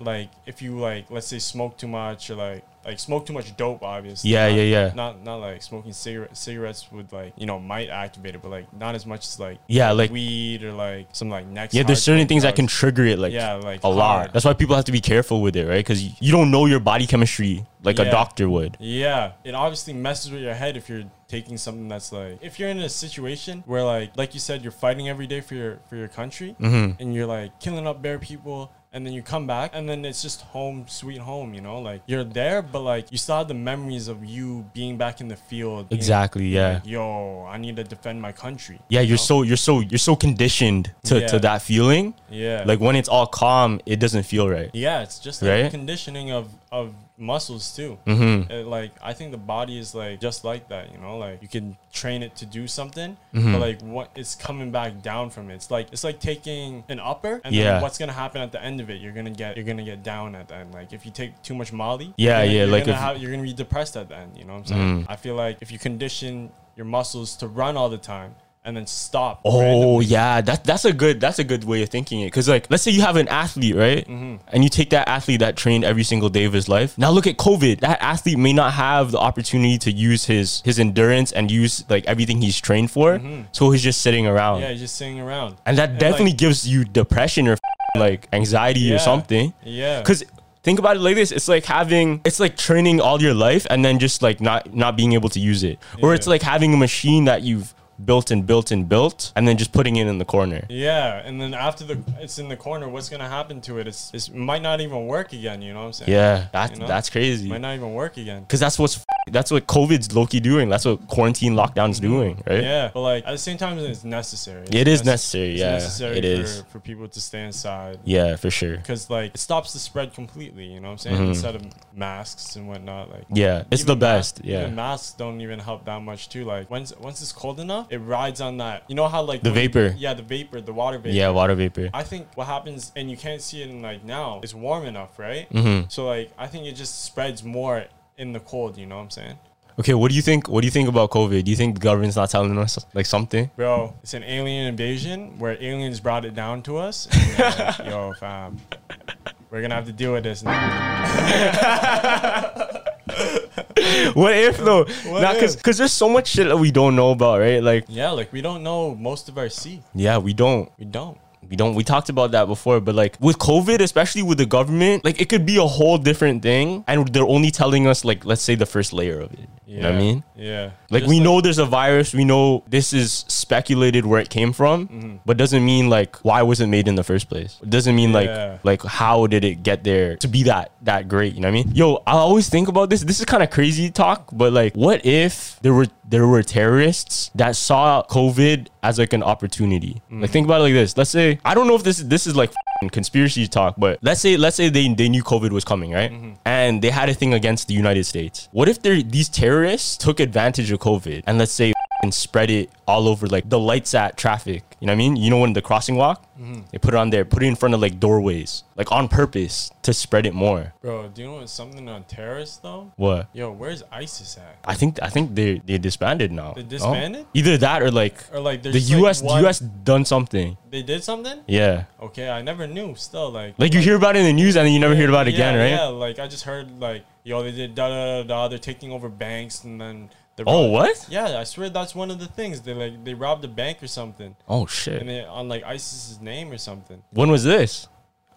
S2: Like if you like let's say smoke too much or like like smoke too much dope, obviously.
S1: Yeah,
S2: Not-
S1: yeah, yeah.
S2: Not not like smoking cigarette cigarettes would like you know might activate it, but like not as much as like
S1: Yeah, like-
S2: weed or like some like next.
S1: Yeah, there's certain
S2: hardcore
S1: things that can
S2: drugs.
S1: trigger it like,
S2: Yeah, like,
S1: a lot.
S2: hard.
S1: That's why people have to be careful with it, right? Because you don't know your body chemistry like a
S2: Yeah.
S1: doctor would.
S2: Yeah, it obviously messes with your head if you're taking something that's like if you're in a situation where like like you said you're fighting every day for your for your country
S1: Mm-hmm.
S2: and you're like killing up bare people and then you come back and then it's just home sweet home, you know? Like you're there but like you still have the memories of you being back in the field. being
S1: Exactly. Yeah.
S2: like, Yo, I need to defend my country.
S1: Yeah, you're so you're so you're so conditioned to, to
S2: Yeah.
S1: that feeling.
S2: Yeah.
S1: Like when it's all calm, it doesn't feel right.
S2: Yeah, it's just like the
S1: Right?
S2: conditioning of of muscles too. Mm-hmm. like I think the body is like just like that, you know. Like you can train it to do something,
S1: Mm-hmm.
S2: but like what it's coming back down from it. It's like it's like taking an upper, and
S1: Yeah.
S2: then what's gonna happen at the end of it? You're gonna get you're gonna get down at the end. Like if you take too much Molly,
S1: Yeah,
S2: you're gonna-
S1: yeah,
S2: you're
S1: like
S2: gonna
S1: if- Mm.
S2: have, you're gonna be depressed at the end. You know what I'm saying? I feel like if you condition your muscles to run all the time and then stop.
S1: Oh
S2: randomly,
S1: yeah, that that's a good that's a good way of thinking it. Cause like let's say you have an athlete, right? And you take that athlete that trained every single day of his life. Now look at COVID. That athlete may not have the opportunity to use his his endurance and use like everything he's trained for. So he's just sitting around.
S2: yeah, you're just sitting around.
S1: And that definitely gives you depression or like anxiety or
S2: Yeah.
S1: something.
S2: Yeah.
S1: Cause think about it like this. It's like having it's like training all your life and then just like not not being able to use it. Or it's like having a machine that you've built and built and built and then just putting it in the corner.
S2: Yeah, and then after the it's in the corner, what's gonna happen to it? It's, it's it might not even work again. You know what I'm saying?
S1: Yeah. That,
S2: You know?
S1: that's crazy.
S2: Might not even work again.
S1: Cause that's what's that's what COVID's low key doing. That's what quarantine lockdown's doing, right?
S2: Mm-hmm. Yeah, but like at the same time, it's necessary. It's
S1: It is
S2: nece-
S1: necessary, yeah, it
S2: for,
S1: is.
S2: for people to stay inside
S1: Yeah, for sure.
S2: because like it stops the spread completely. You know what I'm saying? Instead of masks and whatnot, like
S1: Mm-hmm. Yeah, it's the
S2: even mas-
S1: best. yeah.
S2: even masks don't even help that much too. Like once once it's cold enough, it rides on that. You know how like
S1: The
S2: when you-
S1: vapor.
S2: yeah, the vapor, the water vapor.
S1: yeah, water vapor.
S2: I think what happens, and you can't see it in like now, it's warm enough, right?
S1: Mm-hmm.
S2: So like, I think it just spreads more in the cold. You know what I'm saying,
S1: Okay, what do you think? What do you think about COVID? Do you think the government's not telling us like something?
S2: bro? It's an alien invasion where aliens brought it down to us. And they're like, Yo, fam, we're gonna have to deal with this. Now.
S1: What if though? Nah, cause,
S2: if?
S1: cause there's so much shit that we don't know about, right? Like,
S2: Yeah, like we don't know most of our sea.
S1: yeah, we don't,
S2: We don't.
S1: we don't. We talked about that before, but like with COVID, especially with the government, like it could be a whole different thing, and they're only telling us like, let's say the first layer of it. You know what I mean?
S2: Yeah.
S1: Like
S2: Just
S1: we know there's a virus, we know this is speculated where it came from,
S2: Mm-hmm.
S1: but doesn't mean like why was it made in the first place? It doesn't mean
S2: Yeah.
S1: like like how did it get there to be that that great, you know what I mean? Yo, I always think about this. This is kind of crazy talk, but like what if there were there were terrorists that saw COVID as like an opportunity? Like think about it like this. Let's say I don't know if this this is like f***ing conspiracy talk, but let's say let's say they, they knew COVID was coming, right? And they had a thing against the United States. What if they these terrorists took advantage of COVID and let's say and spread it all over like the lights at traffic. You know what I mean? You know when the crossing walk,
S2: Mm-hmm.
S1: they put it on there, put it in front of like doorways, like on purpose to spread it more.
S2: bro. Do you know what's something on terrorists though?
S1: What?
S2: Yo, where's ISIS at?
S1: I think I think they they disbanded now.
S2: They
S1: no?
S2: disbanded?
S1: Either that or like
S2: Or, like,
S1: the
S2: there's just,
S1: U.S.
S2: like, one-
S1: U.S. done something.
S2: They did something?
S1: Yeah,
S2: Okay, I never knew. Still, like,
S1: like you hear about it in the news and then you never hear about it
S2: Yeah,
S1: again, right?
S2: Yeah, like I just heard like yo they did da da da da. They're taking over banks and then they
S1: Oh,
S2: robbed-
S1: what?
S2: Yeah, I swear that's one of the things they like they robbed a bank or something
S1: Oh
S2: and
S1: shit!
S2: they on like ISIS's name or something.
S1: When was this?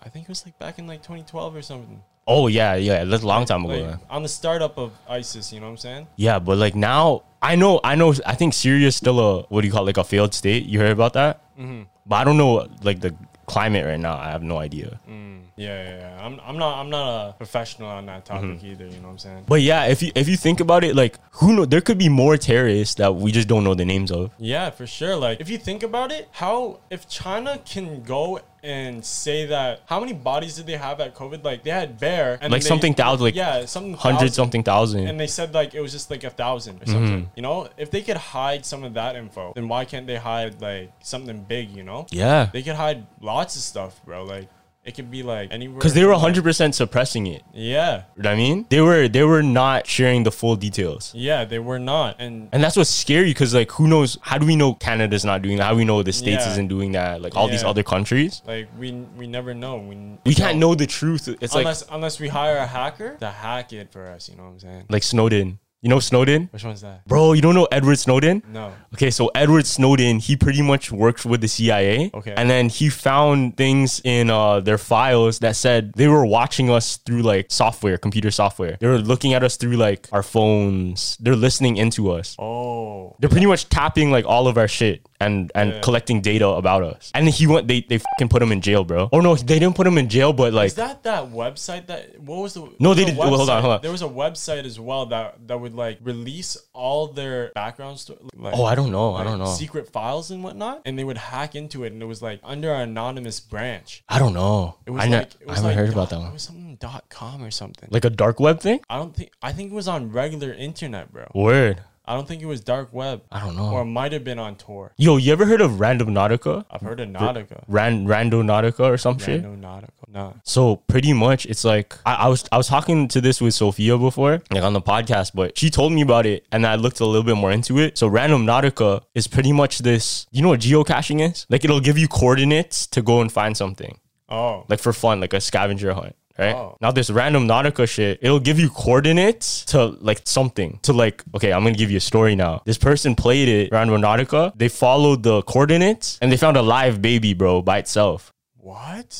S2: I think it was like back in like 2012 or something.
S1: Oh yeah, yeah, that's a long time ago. man.
S2: Like on the startup of ISIS, you know what I'm saying?
S1: Yeah, but like now, I know, I know, I think Syria's still a what do you call it, like a failed state. You heard about that?
S2: Mm-hmm.
S1: But I don't know like the climate right now. I have no idea.
S2: Mm. Yeah, yeah, yeah. I'm I'm not I'm not a professional on that
S1: Mm-hmm.
S2: topic either. You know what I'm saying?
S1: But yeah, if you if you think about it, like who know, there could be more terrorists that we just don't know the names of.
S2: Yeah, for sure. Like, if you think about it, how if China can go and say that how many bodies did they have at COVID? Like they had bear and
S1: Like
S2: they-
S1: something thousand, like
S2: yeah, something
S1: Hundred
S2: thousand,
S1: something Mm-hmm. thousand.
S2: And they said like it was just like a thousand or something. You know, if they could hide some of that info, then why can't they hide like something big? You know?
S1: yeah,
S2: They could hide lots of stuff, bro. Like It could be like anywhere.
S1: because they were
S2: from, like-
S1: 100% suppressing it.
S2: Yeah.
S1: You know what I mean? They were they were not sharing the full details.
S2: Yeah, they were not. And
S1: And that's what's scary because, like, who knows? How do we know Canada's not doing that? How do we know the States
S2: Yeah.
S1: isn't doing that? Like, all these
S2: Yeah.
S1: other countries?
S2: like we we never know. We,
S1: We can't know the truth. It's
S2: unless unless we hire a hacker to hack it for us, you know what I'm saying?
S1: like, like Snowden. You know Snowden?
S2: Which one's that?
S1: Bro, you don't know Edward Snowden?
S2: No.
S1: Okay, so Edward Snowden, he pretty much worked with the CIA.
S2: Okay.
S1: And then he found things in uh, their files that said they were watching us through like software, computer software. They were looking at us through like our phones. They're listening into us.
S2: Oh.
S1: They're pretty much tapping like all of our shit and and collecting data about us. And he went they they fucking put him in jail, bro. Oh no, they didn't put him in jail, but like
S2: Is that that website that what was the
S1: No, they
S2: there was a
S1: didn't- well, hold on,
S2: website-
S1: hold on.
S2: There was a website as well that that would like release all their background stuff. Like,
S1: oh I don't know, I
S2: like,
S1: don't know,
S2: Secret files and whatnot, and they would hack into it, and it was like under an anonymous branch.
S1: I don't know.
S2: It was
S1: I, ne-
S2: like it
S1: I
S2: was
S1: haven't
S2: like
S1: heard
S2: dot-
S1: about that
S2: It
S1: one.
S2: was something dot com or something.
S1: Like a dark web thing.
S2: I don't think I think it was on regular internet, bro.
S1: Word.
S2: I don't think it was dark web.
S1: I don't know.
S2: Or it might have been on Tor.
S1: Yo, you ever heard of Random Nautica?
S2: I've heard of Nautica.
S1: Ran Rando Nautica or some
S2: I
S1: shit?
S2: know Nautica. Nah.
S1: So pretty much, it's like I, I was I was talking to this with Sophia before, like on the podcast, but she told me about it, and I looked a little bit more into it. So Random Nautica is pretty much this. You know what geocaching is? Like it'll give you coordinates to go and find something,
S2: Oh.
S1: like for fun, like a scavenger hunt. Right
S2: Oh.
S1: now, this random Nautica shit, it'll give you coordinates to like something to like. Okay, I'm gonna give you a story now. This person played it random Nautica. They followed the coordinates and they found a live baby, bro, by itself.
S2: What?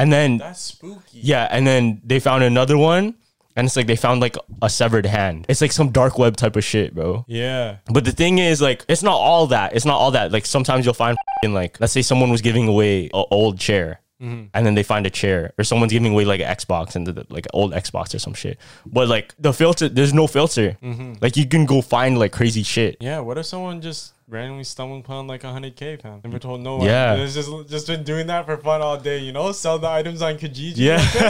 S1: And then
S2: That's spooky.
S1: yeah, and then they found another one, and it's like they found like a severed hand. It's like some dark web type of shit, bro.
S2: Yeah.
S1: But the thing is, like, it's not all that. It's not all that. Like, sometimes you'll find, fing, like, let's say someone was giving away an old chair, and then they find a chair, or someone's giving away like an Xbox and the, the- like an old Xbox or some shit. But like the filter, there's no filter. Like, you can go find like crazy shit.
S2: Yeah, what if someone just randomly stumbled upon like 100k fam? Never told no one.
S1: Yeah.
S2: And It's just just been doing that for fun all day, you know? Sell the items on Kijiji.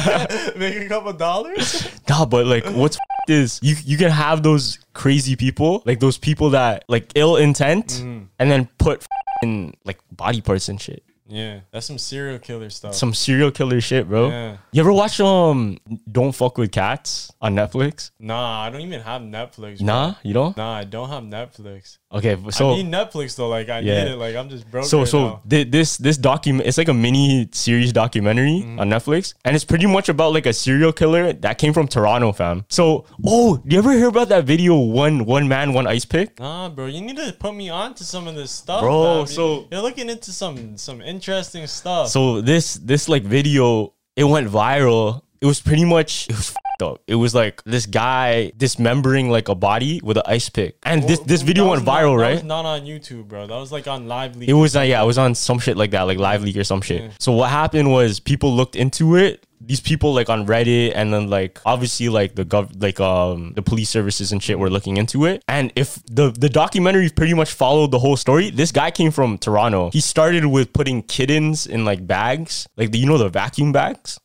S2: Make a couple dollars.
S1: Nah, but like what's f- is you you can have those crazy people, like those people that like ill intent, and then put in like body parts and shit.
S2: yeah. That's some serial killer stuff.
S1: Some serial killer shit, bro.
S2: Yeah.
S1: You ever watch um Don't Fuck with Cats on Netflix?
S2: nah, I don't even have Netflix. bro.
S1: Nah, you don't.
S2: Nah, I don't have Netflix.
S1: Okay, so
S2: I need Netflix though. Like I
S1: Yeah.
S2: need it. Like I'm just broke.
S1: so
S2: right
S1: so
S2: now.
S1: thi- this this document it's like a mini series documentary
S2: Mm-hmm.
S1: on Netflix and it's pretty much about like a serial killer that came from Toronto, fam. So oh, you ever hear about that video one one man one ice pick?
S2: Nah, bro, you need to put me on to some of this stuff,
S1: Bro,
S2: fam. You-
S1: so-
S2: you're looking into some some interesting stuff.
S1: So this this like video, it went viral. It was pretty much it was fed up. It was like this guy dismembering like a body with an ice pick, and this this video
S2: Oh, That
S1: went
S2: was not-
S1: viral,
S2: that
S1: right?
S2: was not on YouTube, bro. That was like on Lively.
S1: It was uh, yeah, it was on some shit like that, like Live Leak or some shit. So what happened was people looked into it. These people like on Reddit and then like obviously like the gov like um the police services and shit were looking into it. And if the the documentary pretty much followed the whole story, this guy came from Toronto. He started with putting kittens in like bags, like the, you know the vacuum bags.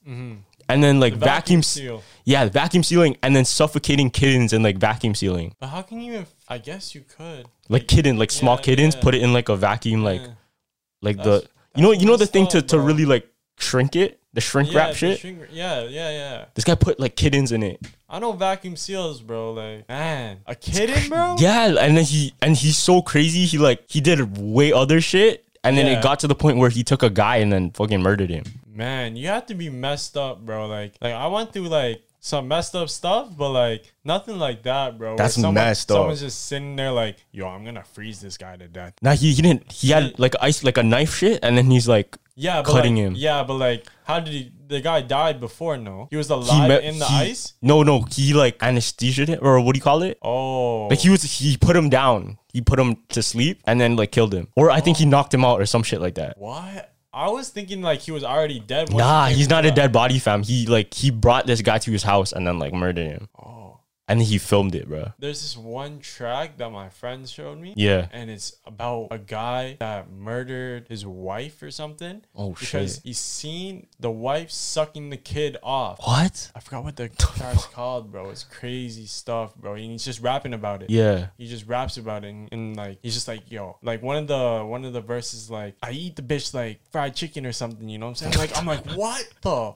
S1: And then like
S2: Mm-hmm. vacuum
S1: vacuum,
S2: seal.
S1: seal. yeah, vacuum sealing, and then suffocating kittens and like vacuum sealing,
S2: but how can you? Even, I guess you could.
S1: like kitten, like small
S2: Yeah,
S1: kittens,
S2: yeah.
S1: put it in like a vacuum, like like the
S2: That's-
S1: you know
S2: that's
S1: you know
S2: what
S1: the
S2: it's
S1: thing to,
S2: called,
S1: to
S2: bro.
S1: really like shrink it the shrink
S2: Yeah,
S1: wrap
S2: the
S1: shit
S2: shrink- yeah, yeah, yeah.
S1: this guy put like kittens in it
S2: I know vacuum seals, bro. Like, man, a kitten, bro.
S1: yeah and then he and he's so crazy he like he did way other shit and then
S2: Yeah.
S1: it got to the point where he took a guy and then fucking murdered him
S2: Man, you have to be messed up, bro. Like, like I went through like some messed up stuff, but like nothing like that, bro. where
S1: That's
S2: someone,
S1: messed up.
S2: Someone's just sitting there like, yo, I'm gonna freeze this guy to death.
S1: now he, he didn't he had like ice like a knife shit and then he's like
S2: Yeah, but
S1: cutting
S2: like-
S1: him
S2: Yeah, but like, how did he? The guy died before. No, he was
S1: he
S2: alive
S1: met-
S2: in the
S1: he-
S2: ice.
S1: no no he like anesthesia it or what do you call it
S2: Oh,
S1: like he was he put him down he put him to sleep and then like killed him or i think he knocked him out or some shit like that
S2: what? I was thinking like he was already dead. once he
S1: Nah,
S2: came
S1: he's
S2: to
S1: not a
S2: the-
S1: dead body, fam. He like he brought this guy to his house and then like murdered him. Oh. and then he filmed it, bro.
S2: There's this one track that my friend showed me.
S1: Yeah.
S2: And it's about a guy that murdered his wife or something.
S1: Oh,
S2: Because
S1: shit.
S2: he's seen the wife sucking the kid off.
S1: What?
S2: I forgot what the track's called, bro. It's crazy stuff, bro. And he's just rapping about it.
S1: Yeah.
S2: He just raps about it and, and like he's just like, yo, like one of the one of the verses like I eat the bitch like fried chicken or something, you know what I'm saying? Like I'm like, what the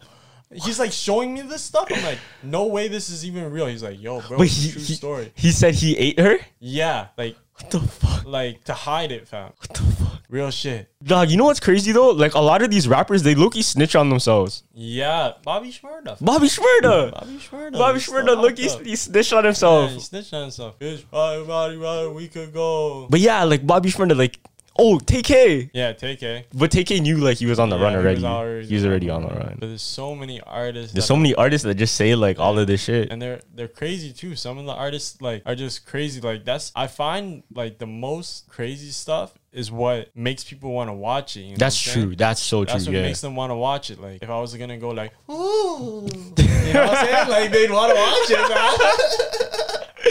S2: He's like showing me this stuff. I'm like, no way this is even real. He's like, yo, bro,
S1: But
S2: it's a
S1: he,
S2: true
S1: he,
S2: story.
S1: he said he ate her?
S2: Yeah, like
S1: What the fuck?
S2: like to hide it, fam.
S1: What the fuck?
S2: Real shit.
S1: Dog, you know what's crazy though? Like a lot of these rappers, they look snitch on themselves.
S2: Yeah, Bobby Shmurda.
S1: Bobby Shmurda.
S2: Bobby Shmurda.
S1: Bobby
S2: He's
S1: Shmurda,
S2: still
S1: look,
S2: out
S1: he,
S2: there.
S1: he snitched on
S2: Yeah,
S1: himself.
S2: he snitched on himself. It's body, body, body, we could go.
S1: But yeah, like Bobby Shmurda, like, oh, TK.
S2: Yeah, take it.
S1: But TK knew like he was on the
S2: Yeah,
S1: run
S2: he
S1: already.
S2: was already-
S1: He was already on the run.
S2: But there's so many artists.
S1: There's
S2: that
S1: so many artists that just say like all of this shit.
S2: and they're they're crazy too. Some of the artists like are just crazy. Like that's I find like the most crazy stuff is what makes people want to watch it. you know
S1: That's
S2: what I'm saying?
S1: true. That's so
S2: That's
S1: true.
S2: what
S1: Yeah.
S2: makes them want to watch it. Like if I was gonna go like, ooh, you know what I'm saying? Like they'd want to watch it. man.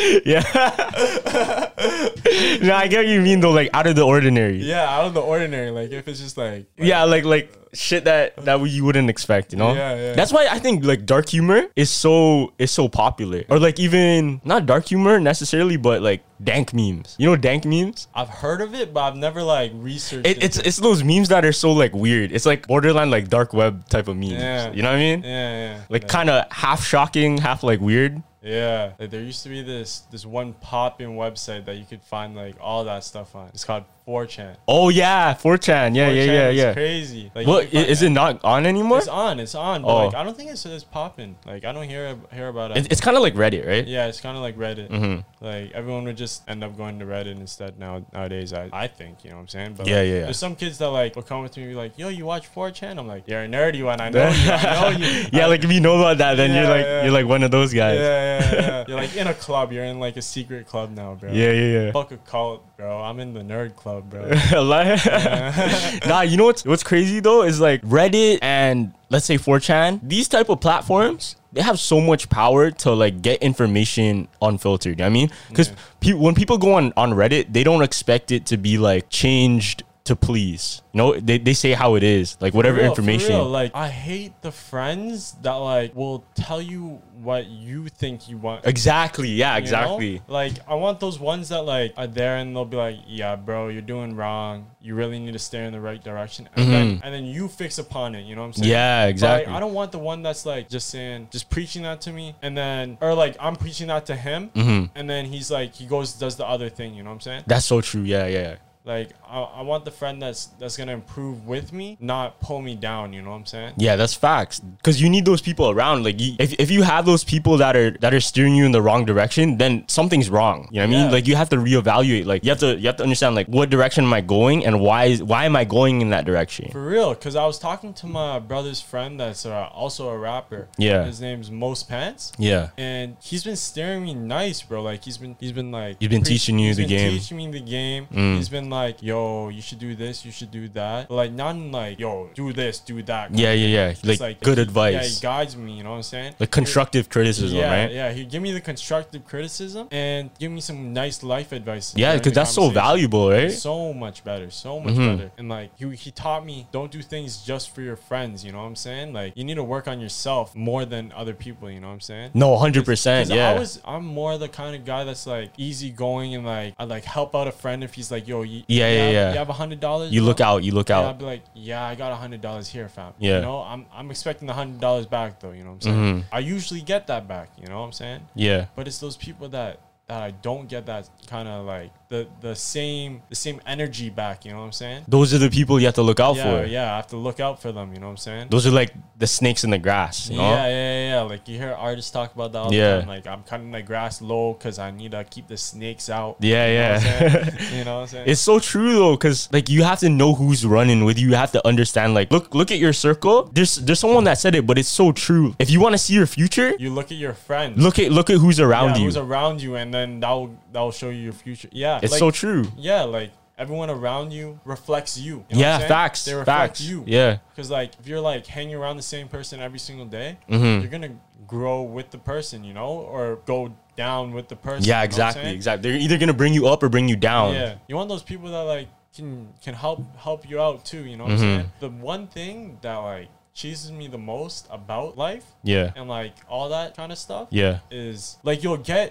S1: yeah. no, I get what you mean though. Like out of the ordinary. Yeah.
S2: yeah, out of the ordinary. Like if it's just like,
S1: like like shit that that you wouldn't expect. You know.
S2: Yeah, yeah.
S1: That's why I think like dark humor is so is so popular. Or like even not dark humor necessarily, but like dank memes. You know dank memes.
S2: I've heard of it, but I've never like researched.
S1: It, it's it's those memes that are so like weird. It's like borderline like dark web type of memes.
S2: Yeah.
S1: You know what I mean?
S2: yeah, yeah.
S1: Like kind of half shocking, half like weird.
S2: Yeah, like there used to be this this one pop-in website that you could find like all that stuff on. It's called 4chan.
S1: Oh yeah, 4chan. Oh, Yeah,
S2: 4chan
S1: yeah,
S2: is
S1: yeah, yeah.
S2: crazy. Like, you
S1: What
S2: can
S1: i-
S2: find
S1: is
S2: that.
S1: it not on anymore?
S2: It's on. It's on. But
S1: Oh.
S2: like, I don't think it's it's popping. Like I don't hear hear about it.
S1: It- It's Mm-hmm. kind of like Reddit, right?
S2: yeah, it's kind of like Reddit. Like everyone would just end up going to Reddit instead now nowadays. I, I think you know what I'm saying. But
S1: Yeah,
S2: like,
S1: yeah, yeah.
S2: There's some kids that like will come up to me and be like, "Yo, you watch 4chan?" I'm like, "You're a nerdy one. I know you. I know you."
S1: Yeah,
S2: I-
S1: like if you know about that, then you're
S2: Yeah,
S1: like
S2: yeah.
S1: you're like one of those guys. Yeah,
S2: yeah, yeah, yeah. You're like in a club. You're in like a secret club now, bro.
S1: yeah, yeah.
S2: Fuck a cult, bro. I'm in the nerd club, bro.
S1: A lot- nah, you know what's what's crazy though is like Reddit and let's say 4chan. These type of platforms they have so much power to like get information unfiltered. You know what I mean, because when people go on on Reddit, they don't expect it to be like changed to please. No, they they say how it is, like whatever
S2: real, for
S1: information.
S2: real, Like I hate the friends that like will tell you what you think you want.
S1: Exactly. Yeah.
S2: you know?
S1: Exactly.
S2: Like I want those ones that like are there and they'll be like, "Yeah, bro, you're doing wrong. You really need to stay in the right direction." And then and then you fix upon it, you know what I'm saying?
S1: Mm-hmm. Yeah,
S2: But, like,
S1: exactly.
S2: I don't want the one that's like just saying, just preaching that to me and then or like I'm preaching that to him
S1: Mm-hmm.
S2: and then he's like he goes does the other thing, you know what I'm saying?
S1: That's so true. Yeah. Yeah. yeah.
S2: Like I, I want the friend that's that's going to improve with me, not pull me down, you know what I'm saying?
S1: Yeah, that's facts. Because you need those people around. Like, you, if, if you have those people that are that are steering you in the wrong direction, then something's wrong. You know what I mean?
S2: Yeah.
S1: Like, you have to reevaluate. Like, you have to you have to understand like what direction am I going and why is why am I going in that direction?
S2: For real, because I was talking to my brother's friend that's uh, also a rapper.
S1: Yeah.
S2: his name's Most Pants.
S1: Yeah.
S2: and he's been steering me nice, bro. Like he's been, he's been like,
S1: He's been teaching you
S2: he's
S1: the
S2: been
S1: game. Mm.
S2: teaching me the game. He's been like, yo, you should do this, you should do that. But, like not in like, yo, do this, do that.
S1: Yeah, yeah, yeah.
S2: It's
S1: Like, good
S2: he- Yeah, he
S1: advice,
S2: guides me. You know what I'm saying?
S1: like constructive criticism,
S2: yeah,
S1: right?
S2: yeah. He give me the constructive criticism and give me some nice life advice.
S1: Yeah,
S2: during
S1: because
S2: the
S1: that's so Mm-hmm.
S2: conversation
S1: valuable, right?
S2: so much better so much better and like he, he taught me don't do things just for your friends you know what i'm saying like you need to work on yourself more than other people you know what i'm saying
S1: no, hundred percent.
S2: 'Cause
S1: Yeah.
S2: I was, I'm more the kind of guy that's like easygoing and like I like help out a friend if he's like, yo, you,
S1: Yeah,
S2: you
S1: yeah,
S2: have,
S1: yeah.
S2: you have a hundred dollars.
S1: you look
S2: bro?"
S1: out. You look
S2: And I'd
S1: out.
S2: be like, yeah, I got a hundred dollars here, fam.
S1: Yeah. Mm-hmm.
S2: You know, I'm I'm expecting the hundred dollars back though. You know what I'm saying? I usually get that back. You know what I'm saying?
S1: Yeah.
S2: but it's those people that that I don't get that kind of like the the same the same energy back. You know what I'm saying?
S1: Those are the people you have to look out
S2: Yeah,
S1: for.
S2: yeah. I have to look out for them. You know what I'm saying?
S1: Those are like the snakes in the grass. You know?
S2: Yeah, yeah, yeah. Like you hear artists talk about that all
S1: Yeah.
S2: the time. Like I'm cutting the grass low because I need to keep the snakes out.
S1: Yeah,
S2: You know what I'm
S1: yeah.
S2: saying? You know what I'm saying?
S1: It's so true though, because like you have to know who's running with you. You have to understand. Like, look, look at your circle. There's there's someone that said it, but it's so true. If you want to see your future,
S2: you look at your friends.
S1: look at look at who's
S2: yeah,
S1: around you.
S2: who's around you, and then that will that will show you your future. Yeah,
S1: it's
S2: like-
S1: so true.
S2: Yeah, like everyone around you reflects you. you know what I'm
S1: Yeah,
S2: saying?
S1: facts,
S2: They reflect
S1: facts.
S2: you.
S1: Yeah.
S2: Because like if you're like hanging
S1: Mm-hmm.
S2: around the same person every single day, you're gonna grow with the person, you know, or go down with the person. you know
S1: Yeah,
S2: what I'm
S1: exactly,
S2: saying?
S1: exactly. They're either gonna bring you up or bring you down.
S2: Yeah, you want those people that like can can help help you out too. You know what
S1: Mm-hmm.
S2: I'm saying? The one thing that like cheeses me the most about life,
S1: Yeah.
S2: and like all that kind of stuff,
S1: Yeah.
S2: is like you'll get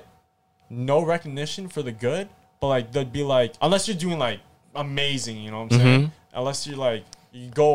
S2: no recognition for the good, but like they'd be like, unless you're doing like amazing, you know what I'm saying?
S1: Mm-hmm.
S2: Unless you're like you go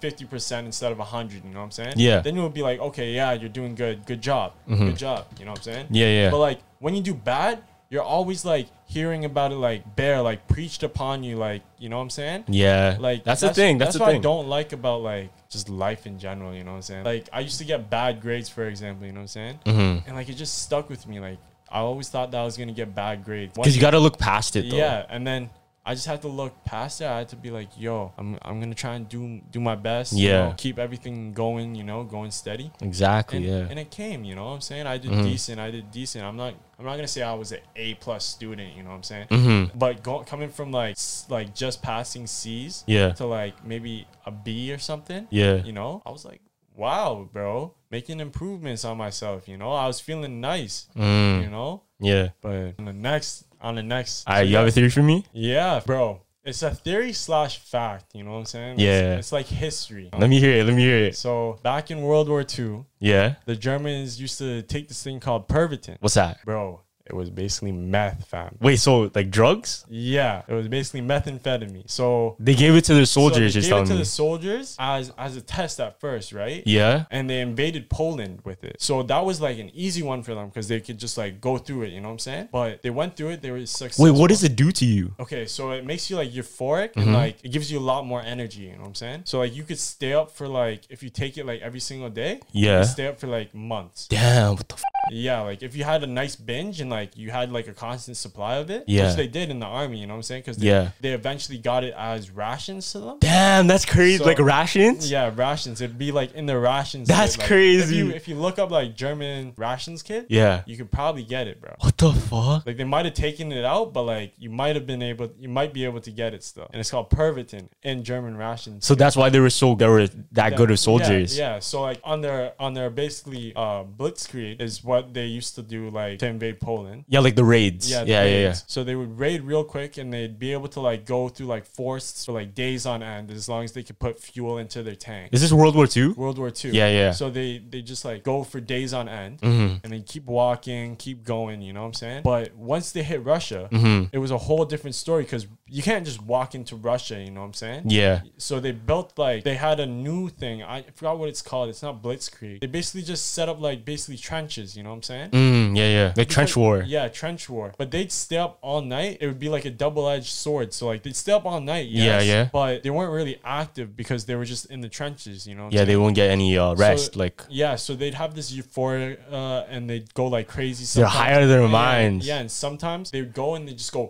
S2: 150% instead of 100, you know what I'm saying?
S1: Yeah. Mm-hmm.
S2: Then you'll be like, okay, yeah, you're doing good. Good job. Good job. You know what I'm saying?
S1: Yeah, yeah.
S2: But like when you do bad, you're always like hearing about it like bare, like preached upon you, like, you know what I'm saying?
S1: Yeah.
S2: Like
S1: that's, the thing. That's,
S2: that's
S1: the
S2: what
S1: thing.
S2: I don't like about like just life in general. You know what I'm saying? Like I used to get bad grades, for example. You know what I'm saying?
S1: Mm-hmm.
S2: And like it just stuck with me. Like I always thought that I was gonna get bad grades.
S1: because you gotta look past it though.
S2: yeah, and then I just had to look past it. I had to be like, yo, I'm I'm gonna try and do do my best. you
S1: Yeah.
S2: know, keep everything going. You know, going steady.
S1: Exactly.
S2: And,
S1: yeah. Mm-hmm.
S2: and it came, you know what I'm saying? I did decent, I did decent. I'm not I'm not gonna say I was an A plus student, you know what I'm saying?
S1: Mm-hmm.
S2: But go, coming from like s- like just passing C's
S1: Yeah.
S2: to like maybe a B or something.
S1: Yeah.
S2: You know, I was like, wow, bro, making improvements on myself, you know. I was feeling nice,
S1: Mm.
S2: you know?
S1: yeah.
S2: But on the next on the next
S1: All right. You have a theory for me?
S2: Yeah, bro. It's a theory slash fact, you know what I'm saying?
S1: Yeah.
S2: It's, it's like history.
S1: Let me hear it. Let me hear it.
S2: So back in World War II,
S1: Yeah.
S2: the Germans used to take this thing called Pervitin.
S1: What's that?
S2: Bro, it was basically meth, fam.
S1: Wait. So like drugs?
S2: Yeah, it was basically methamphetamine. So
S1: They gave it to their
S2: so they
S1: soldiers.
S2: gave
S1: just
S2: it
S1: telling
S2: to
S1: me.
S2: the soldiers as as a test at first, right?
S1: Yeah.
S2: And they invaded Poland with it. So that was like an easy one for them because they could just like go through it, you know what I'm saying? But they went through it, they were successful.
S1: Wait. What does it Mm-hmm. do to you?
S2: Okay, so it makes you like euphoric and like it gives you a lot more energy, you know what I'm saying? So like you could stay up for like if you take it like every single day, you
S1: Yeah.
S2: could stay up for like months.
S1: Damn. What the? F-
S2: Yeah, like if you had a nice binge and like you had like a constant supply of it,
S1: Yeah.
S2: which they did in the army, you know what I'm saying? Because they,
S1: Yeah.
S2: they eventually got it as rations to them.
S1: Damn. That's crazy.
S2: So-
S1: like rations.
S2: Yeah, rations. It'd be like in the rations.
S1: That's
S2: kit, like,
S1: crazy.
S2: If you, if you look up like German rations kit,
S1: Yeah.
S2: you could probably get it, bro.
S1: What the fuck?
S2: Like they might have taken it out, but like you might have been able, you might be able to get it still. And it's called Pervitin in German rations.
S1: So that's why they were so they were that good of soldiers.
S2: Yeah, yeah. So like on their on their basically uh, blitzkrieg is what they used to do like to invade Poland.
S1: Yeah, like the raids. Yeah, yeah,
S2: Yeah,
S1: yeah,
S2: raids. So they would raid real quick, and they'd be able to like go through like forests for like days on end, as long as they could put fuel into their tank.
S1: Is this World War II?
S2: World War Two.
S1: Yeah, Mm-hmm. yeah.
S2: So they they just like go for days on end, and they keep walking, keep going. You know what I'm saying? But once they hit Russia,
S1: Mm-hmm.
S2: it was a whole different story because you can't just walk into Russia. You know what I'm saying?
S1: Yeah.
S2: So they built like they had a new thing. I forgot what it's called. It's not Blitzkrieg. They basically just set up like basically trenches. You know what I'm saying?
S1: Mm, yeah, yeah. Like trench war.
S2: Yeah, trench war. But they'd stay up all night. It would be like a double edged sword. So like they'd stay up all night.
S1: Yeah,
S2: yes,
S1: yeah.
S2: But they weren't really active because they were just in the trenches. You know. what I'm
S1: Yeah, they
S2: saying?
S1: won't get any uh,
S2: So-
S1: rest. like
S2: yeah, so they'd have this euphoria uh, and they'd go like crazy.
S1: They're
S2: sometimes.
S1: high out of their
S2: Yeah,
S1: minds.
S2: Yeah, and sometimes they would go and they just go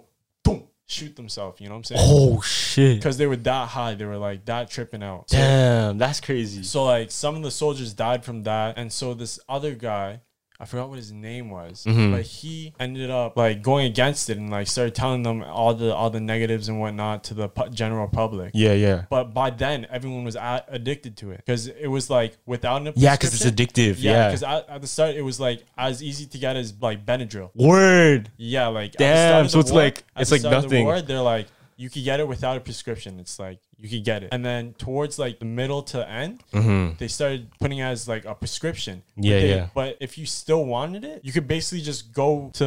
S2: boom, shoot themselves. You know what I'm saying?
S1: oh shit.
S2: Because they were that high, they were like that tripping out. So-
S1: Damn, that's crazy.
S2: so like some of the soldiers died from that, and so this other guy, I forgot what his name was,
S1: Mm-hmm.
S2: but he ended up like going against it and like started telling them all the all the negatives and whatnot to the pu- general public.
S1: Yeah, yeah.
S2: But by then, everyone was a- addicted to it because it was like without a
S1: Yeah, 'cause it's addictive,
S2: prescription-
S1: yeah.
S2: because at, at the start it was like as easy to get as like Benadryl.
S1: Word.
S2: Yeah, like at the
S1: Damn,
S2: start of
S1: so
S2: the
S1: it's like-
S2: at
S1: it's
S2: the
S1: like
S2: start of the
S1: nothing.
S2: war, they're like you could get it without a prescription. It's like you could get it, and then towards like the middle to the end, they started putting it as like a prescription. But
S1: Mm-hmm. Yeah,
S2: they-
S1: yeah.
S2: But if you still wanted it, you could basically just go to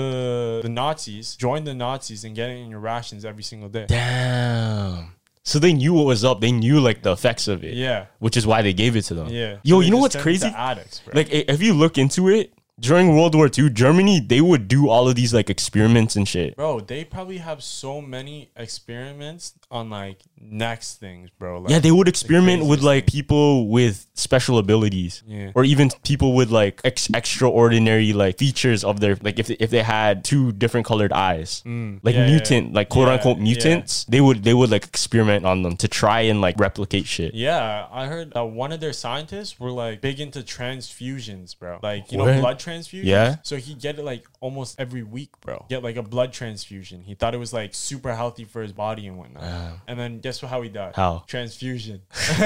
S2: the Nazis, join the Nazis, and get it in your rations every single day.
S1: Damn. So they knew what was up. They knew like the effects of it.
S2: Yeah.
S1: Which is why they gave it to them.
S2: Yeah.
S1: Yo,
S2: So
S1: you
S2: they
S1: know
S2: just
S1: what's
S2: turned into
S1: crazy?
S2: addicts, bro.
S1: Like i- if you look into it, during World War II, Germany, they would do all of these like experiments and shit.
S2: Bro, they probably have so many experiments on like next things, bro. Like,
S1: yeah, they would experiment with like
S2: craziest
S1: people with special abilities,
S2: Yeah.
S1: or even people with like ex- extraordinary like features of their like if they, if they had two different colored eyes, like
S2: Mm. yeah,
S1: mutant, like quote
S2: yeah,
S1: unquote
S2: yeah.
S1: mutants, they would they would like experiment on them to try and like replicate shit.
S2: Yeah, I heard that one of their scientists were like big into transfusions, bro. Like you
S1: What?
S2: know, blood transfusions.
S1: Yeah.
S2: So he get it like almost every week, bro. Get like a blood transfusion. He thought it was like super healthy for his body and whatnot. and then guess what? How he died?
S1: How?
S2: Transfusion.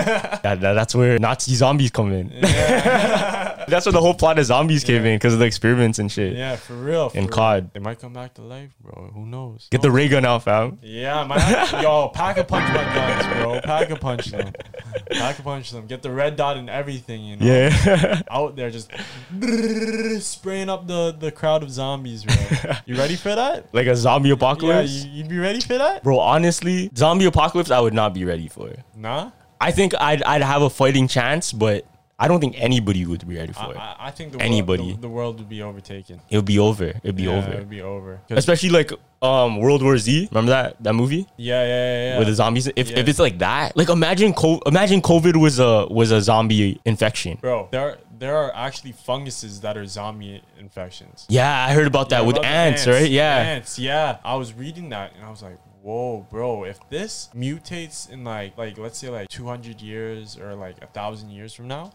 S1: That- that- that's where Nazi zombies come in. That's where the whole plot of zombies came in because of the experiments and shit.
S2: Yeah, for real. For
S1: In
S2: real.
S1: COD.
S2: They might come back to life, bro. Who knows?
S1: Get the ray gun out, fam.
S2: Yeah, my yo, pack a punch my guns, bro. Pack a punch them. Pack a punch them. Get the red dot and everything, you know.
S1: Yeah.
S2: Out there just spraying up the, the crowd of zombies, bro. You ready for that?
S1: like a zombie apocalypse.
S2: Yeah, you, you'd be ready for that?
S1: Bro, honestly, zombie apocalypse, I would not be ready for.
S2: Nah.
S1: I think I'd, I'd have a fighting chance, but I don't think anybody would be ready
S2: I,
S1: for it.
S2: I- I think the
S1: Anybody.
S2: world, the, the world would be overtaken.
S1: It'll be over. It'll be
S2: yeah,
S1: over.
S2: It'd be over. 'Cause-
S1: Especially like um World War Z. Remember that that movie
S2: yeah, yeah, yeah, yeah.
S1: with the zombies? If,
S2: Yeah.
S1: if it's like that, like imagine co- imagine COVID was a was a zombie infection.
S2: bro, there are, there are actually funguses that are zombie infections.
S1: Yeah, I heard about that
S2: Yeah,
S1: with
S2: about the
S1: ants, right? Yeah.
S2: Ants, yeah. I was reading that and I was like, whoa, bro, if this mutates in like like let's say like two hundred years or like a thousand years from now,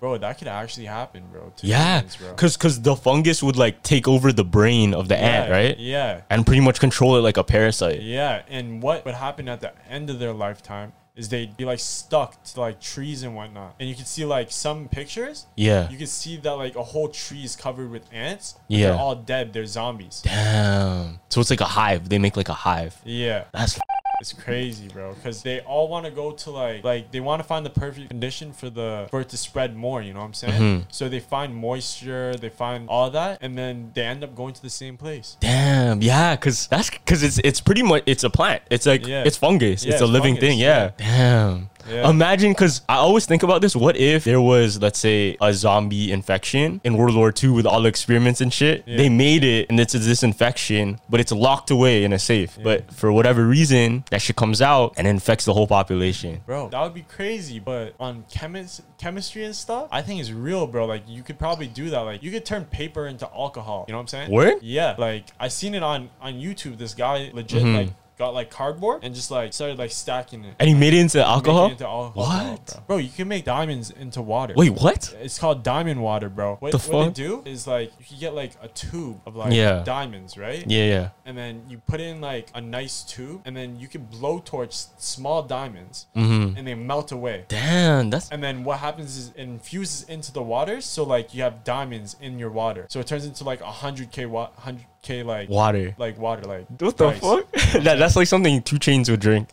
S2: bro, that could actually happen, bro.
S1: Mm-hmm.
S2: to
S1: Yeah,
S2: humans, bro.
S1: because because the fungus would like take over the brain of the ant,
S2: Yeah,
S1: right?
S2: Yeah.
S1: and pretty much control it like a parasite.
S2: Yeah. And what would happen at the end of their lifetime is they'd be like stuck to like trees and whatnot. And you can see like some pictures.
S1: Yeah.
S2: You can see that like a whole tree is covered with ants. but
S1: Yeah.
S2: They're all dead. They're zombies.
S1: Damn. So it's like a hive. They make like a hive.
S2: Yeah.
S1: That's f-
S2: It's crazy, bro, because they all want to go to like like they want to find the perfect condition for the for it to spread more. You know what I'm saying?
S1: Mm-hmm.
S2: So they find moisture, they find all that, and then they end up going to the same place.
S1: damn. Yeah, cause that's cause it's it's pretty much it's a plant. It's like
S2: Yeah.
S1: it's fungus.
S2: Yeah,
S1: it's a
S2: it's
S1: living
S2: fungus,
S1: thing. Yeah. Damn.
S2: Yeah.
S1: Imagine, cause I always think about this. What if there was, let's say, a zombie infection in World War II with all the experiments and shit? They made it, and it's this infection, but it's locked away in a safe. But for whatever reason, that shit comes out and infects the whole population.
S2: Bro, that would be crazy, but on chemis- chemistry and stuff, I think it's real, bro. Like, you could probably do that. Like, you could turn paper into alcohol. You know what I'm saying?
S1: Word?
S2: Yeah. Like, I seen it on on YouTube. This guy legit
S1: Mm-hmm.
S2: like got like cardboard and just like started like stacking it.
S1: And he made it into alcohol.
S2: Making it into alcohol,
S1: what?
S2: Bro. Bro, you can make diamonds into water.
S1: Wait, what?
S2: It's called diamond water, bro. What,
S1: The
S2: what
S1: fuck?
S2: they do is like you get like a tube of like
S1: Yeah.
S2: diamonds, right?
S1: Yeah, yeah.
S2: And then you put in like a nice tube, and then you can blowtorch s- small diamonds, and they melt away.
S1: Mm-hmm. Damn, that's
S2: And then what happens is it infuses into the water, so like you have diamonds in your water, so it turns into like a hundred k wa- hundred k like
S1: water.
S2: like water, like
S1: What the
S2: price.
S1: fuck? that, that's like something Two Chains would drink.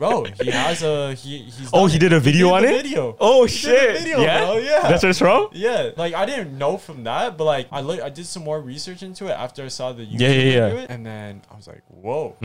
S2: bro? He has a he. He's
S1: Oh,
S2: done
S1: he
S2: it.
S1: did a video
S2: did
S1: on
S2: the
S1: it.
S2: Video.
S1: Oh
S2: He did the
S1: shit!
S2: video,
S1: yeah?
S2: bro, yeah.
S1: that's what's wrong.
S2: Yeah, like I didn't know from that, but like I look, I did some more research into it after I saw the YouTube
S1: Yeah, yeah, yeah. Mm.
S2: video, and then I was like, "Whoa,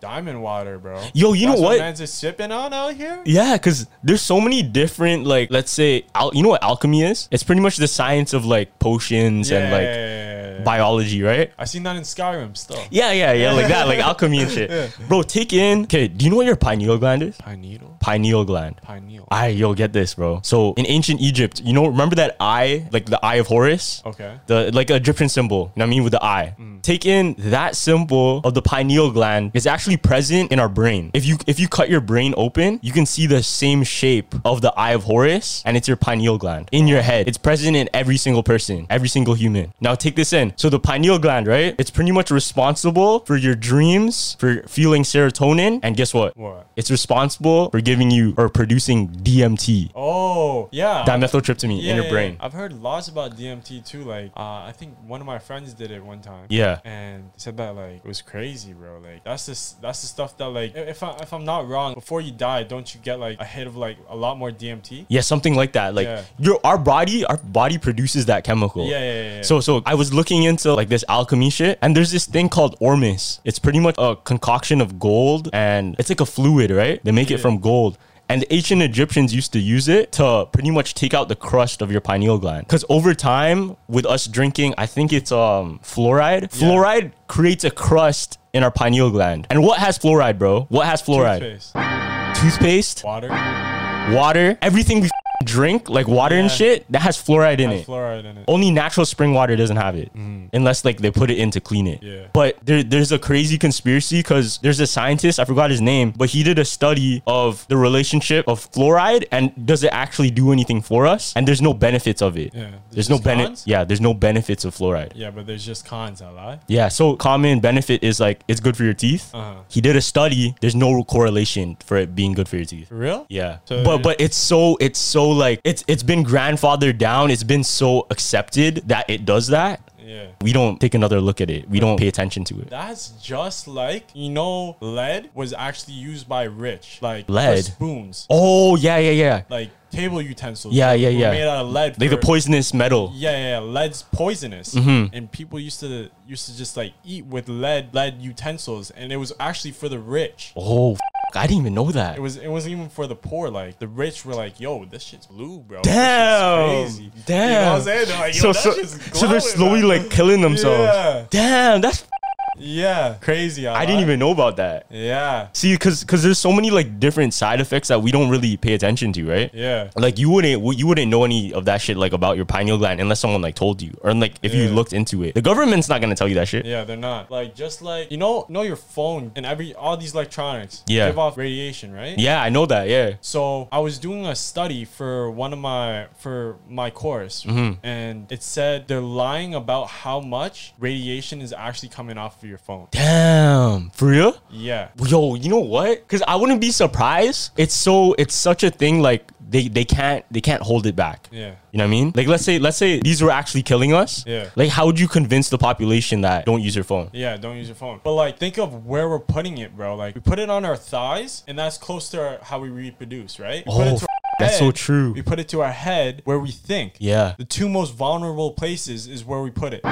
S2: diamond water, bro!"
S1: Yo, you know
S2: That's
S1: what?
S2: Man's is sipping on out here.
S1: Yeah, because there's so many different, like, let's say, al- you know what alchemy is? It's pretty much the science of like potions and like
S2: Yeah.
S1: biology, right?
S2: I seen that in Skyrim still.
S1: Yeah, yeah, yeah, like that, like alchemy and shit. Bro, take in. Okay, do you know what your pineal gland is?
S2: Pineal,
S1: Pineal gland.
S2: pineal.
S1: I yo get this, bro. So in ancient Egypt, you know, remember that eye, like the eye of Horus.
S2: Okay.
S1: The like Egyptian symbol. You know what I mean with the eye.
S2: Mm.
S1: Take in that symbol of the pineal gland is actually present in our brain. If you if you cut your brain open, you can see the same shape of the eye of Horus, and it's your pineal gland in your head. It's present in every single person, every single human. Now take this in. So the pineal gland, right? It's pretty much responsible for your dreams, for feeling serotonin, and guess what?
S2: What?
S1: It's responsible for giving you or producing DMT,
S2: oh, yeah.
S1: dimethyltryptamine
S2: Yeah,
S1: in your
S2: yeah,
S1: brain.
S2: yeah. I've heard lots about DMT too. Like, uh, I think one of my friends did it one time.
S1: Yeah.
S2: and they said that like it was crazy, bro. Like that's this that's the stuff that like if I if I'm not wrong, before you die, don't you get like a hit of like a lot more DMT?
S1: Yeah, something like that. Like
S2: Yeah.
S1: your our body, our body produces that chemical.
S2: Yeah, yeah, yeah, yeah.
S1: So so I was looking into like this alchemy shit, and there's this thing called ormis. It's pretty much a concoction of gold, and it's like a fluid, right? They make it from gold. And the ancient Egyptians used to use it to pretty much take out the crust of your pineal gland. Because over time, with us drinking, I think it's um fluoride. Fluoride creates a crust in our pineal gland. And what has fluoride, bro? What has fluoride?
S2: Toothpaste,
S1: Toothpaste
S2: water,
S1: water, everything we f***ing drink, like water and
S2: Yeah.
S1: shit, that has fluoride in
S2: has
S1: it. Oh.
S2: fluoride in it.
S1: Only natural spring water doesn't have it, unless like they put it in to clean it.
S2: Yeah.
S1: But there, there's a crazy conspiracy because there's a scientist I forgot his name, but he did a study of the relationship of fluoride and does it actually do anything for us? And there's no benefits of it.
S2: Yeah.
S1: There's
S2: There's
S1: no
S2: just
S1: benefit.
S2: cons?
S1: Yeah. There's no benefits of fluoride.
S2: Yeah, but there's just cons, I lie.
S1: Yeah, so common benefit is like it's good for your teeth.
S2: Uh-huh.
S1: He did a study. There's no correlation for it being good for your teeth.
S2: For real?
S1: Yeah,
S2: So-
S1: but but it's so it's so like it's it's been grandfathered down. It's been so accepted that it does that.
S2: Yeah.
S1: We don't take another look at it. We don't pay attention to it.
S2: That's just like you know, lead was actually used by rich, like for
S1: Lead?
S2: spoons,
S1: Oh yeah, yeah, yeah.
S2: like table utensils.
S1: Yeah, yeah,
S2: were
S1: yeah.
S2: Made out of lead.
S1: Like the
S2: for-
S1: poisonous metal.
S2: Yeah, yeah, yeah, lead's poisonous,
S1: Mm-hmm.
S2: and people used to used to just like eat with lead lead utensils, and it was actually for the rich.
S1: Oh, f- I didn't even know that.
S2: It was it wasn't even for the poor. Like the rich were like, "Yo, this shit's blue, bro. This shit's
S1: Damn,
S2: crazy."
S1: damn.
S2: You know what I'm saying? They're like, "Yo,
S1: so
S2: that
S1: so,
S2: shit's
S1: so they're
S2: glowing,
S1: slowly
S2: man."
S1: like killing themselves.
S2: Yeah.
S1: Damn, that's f-
S2: yeah, crazy.
S1: I didn't even know about that.
S2: Yeah,
S1: See, because because there's so many like different side effects that we don't really pay attention to, right?
S2: yeah.
S1: Like you wouldn't you wouldn't know any of that shit like about your pineal gland unless someone like told you or like if you
S2: Yeah.
S1: looked into it. The government's not gonna tell you that shit.
S2: Yeah, they're not. Like just like you know, know your phone and every all these electronics
S1: Yeah.
S2: give off radiation, right?
S1: Yeah, I know that. Yeah.
S2: So I was doing a study for one of my for my course,
S1: Mm-hmm.
S2: and it said they're lying about how much radiation is actually coming off of your phone.
S1: Damn, for real?
S2: Yeah,
S1: Yo, you know what? Because I wouldn't be surprised. It's so it's such a thing. Like they they can't they can't hold it back.
S2: Yeah.
S1: You know what I mean? Like let's say let's say these were actually killing us.
S2: Yeah.
S1: Like how would you convince the population that don't use your phone?
S2: yeah. Don't use your phone. But like, think of where we're putting it, bro. Like, we put it on our thighs, and that's close to our, how we reproduce, right? We put it
S1: Oh, f-
S2: to our
S1: that's so
S2: head.
S1: true.
S2: We put it to our head where we think.
S1: Yeah.
S2: The two most vulnerable places is where we put it.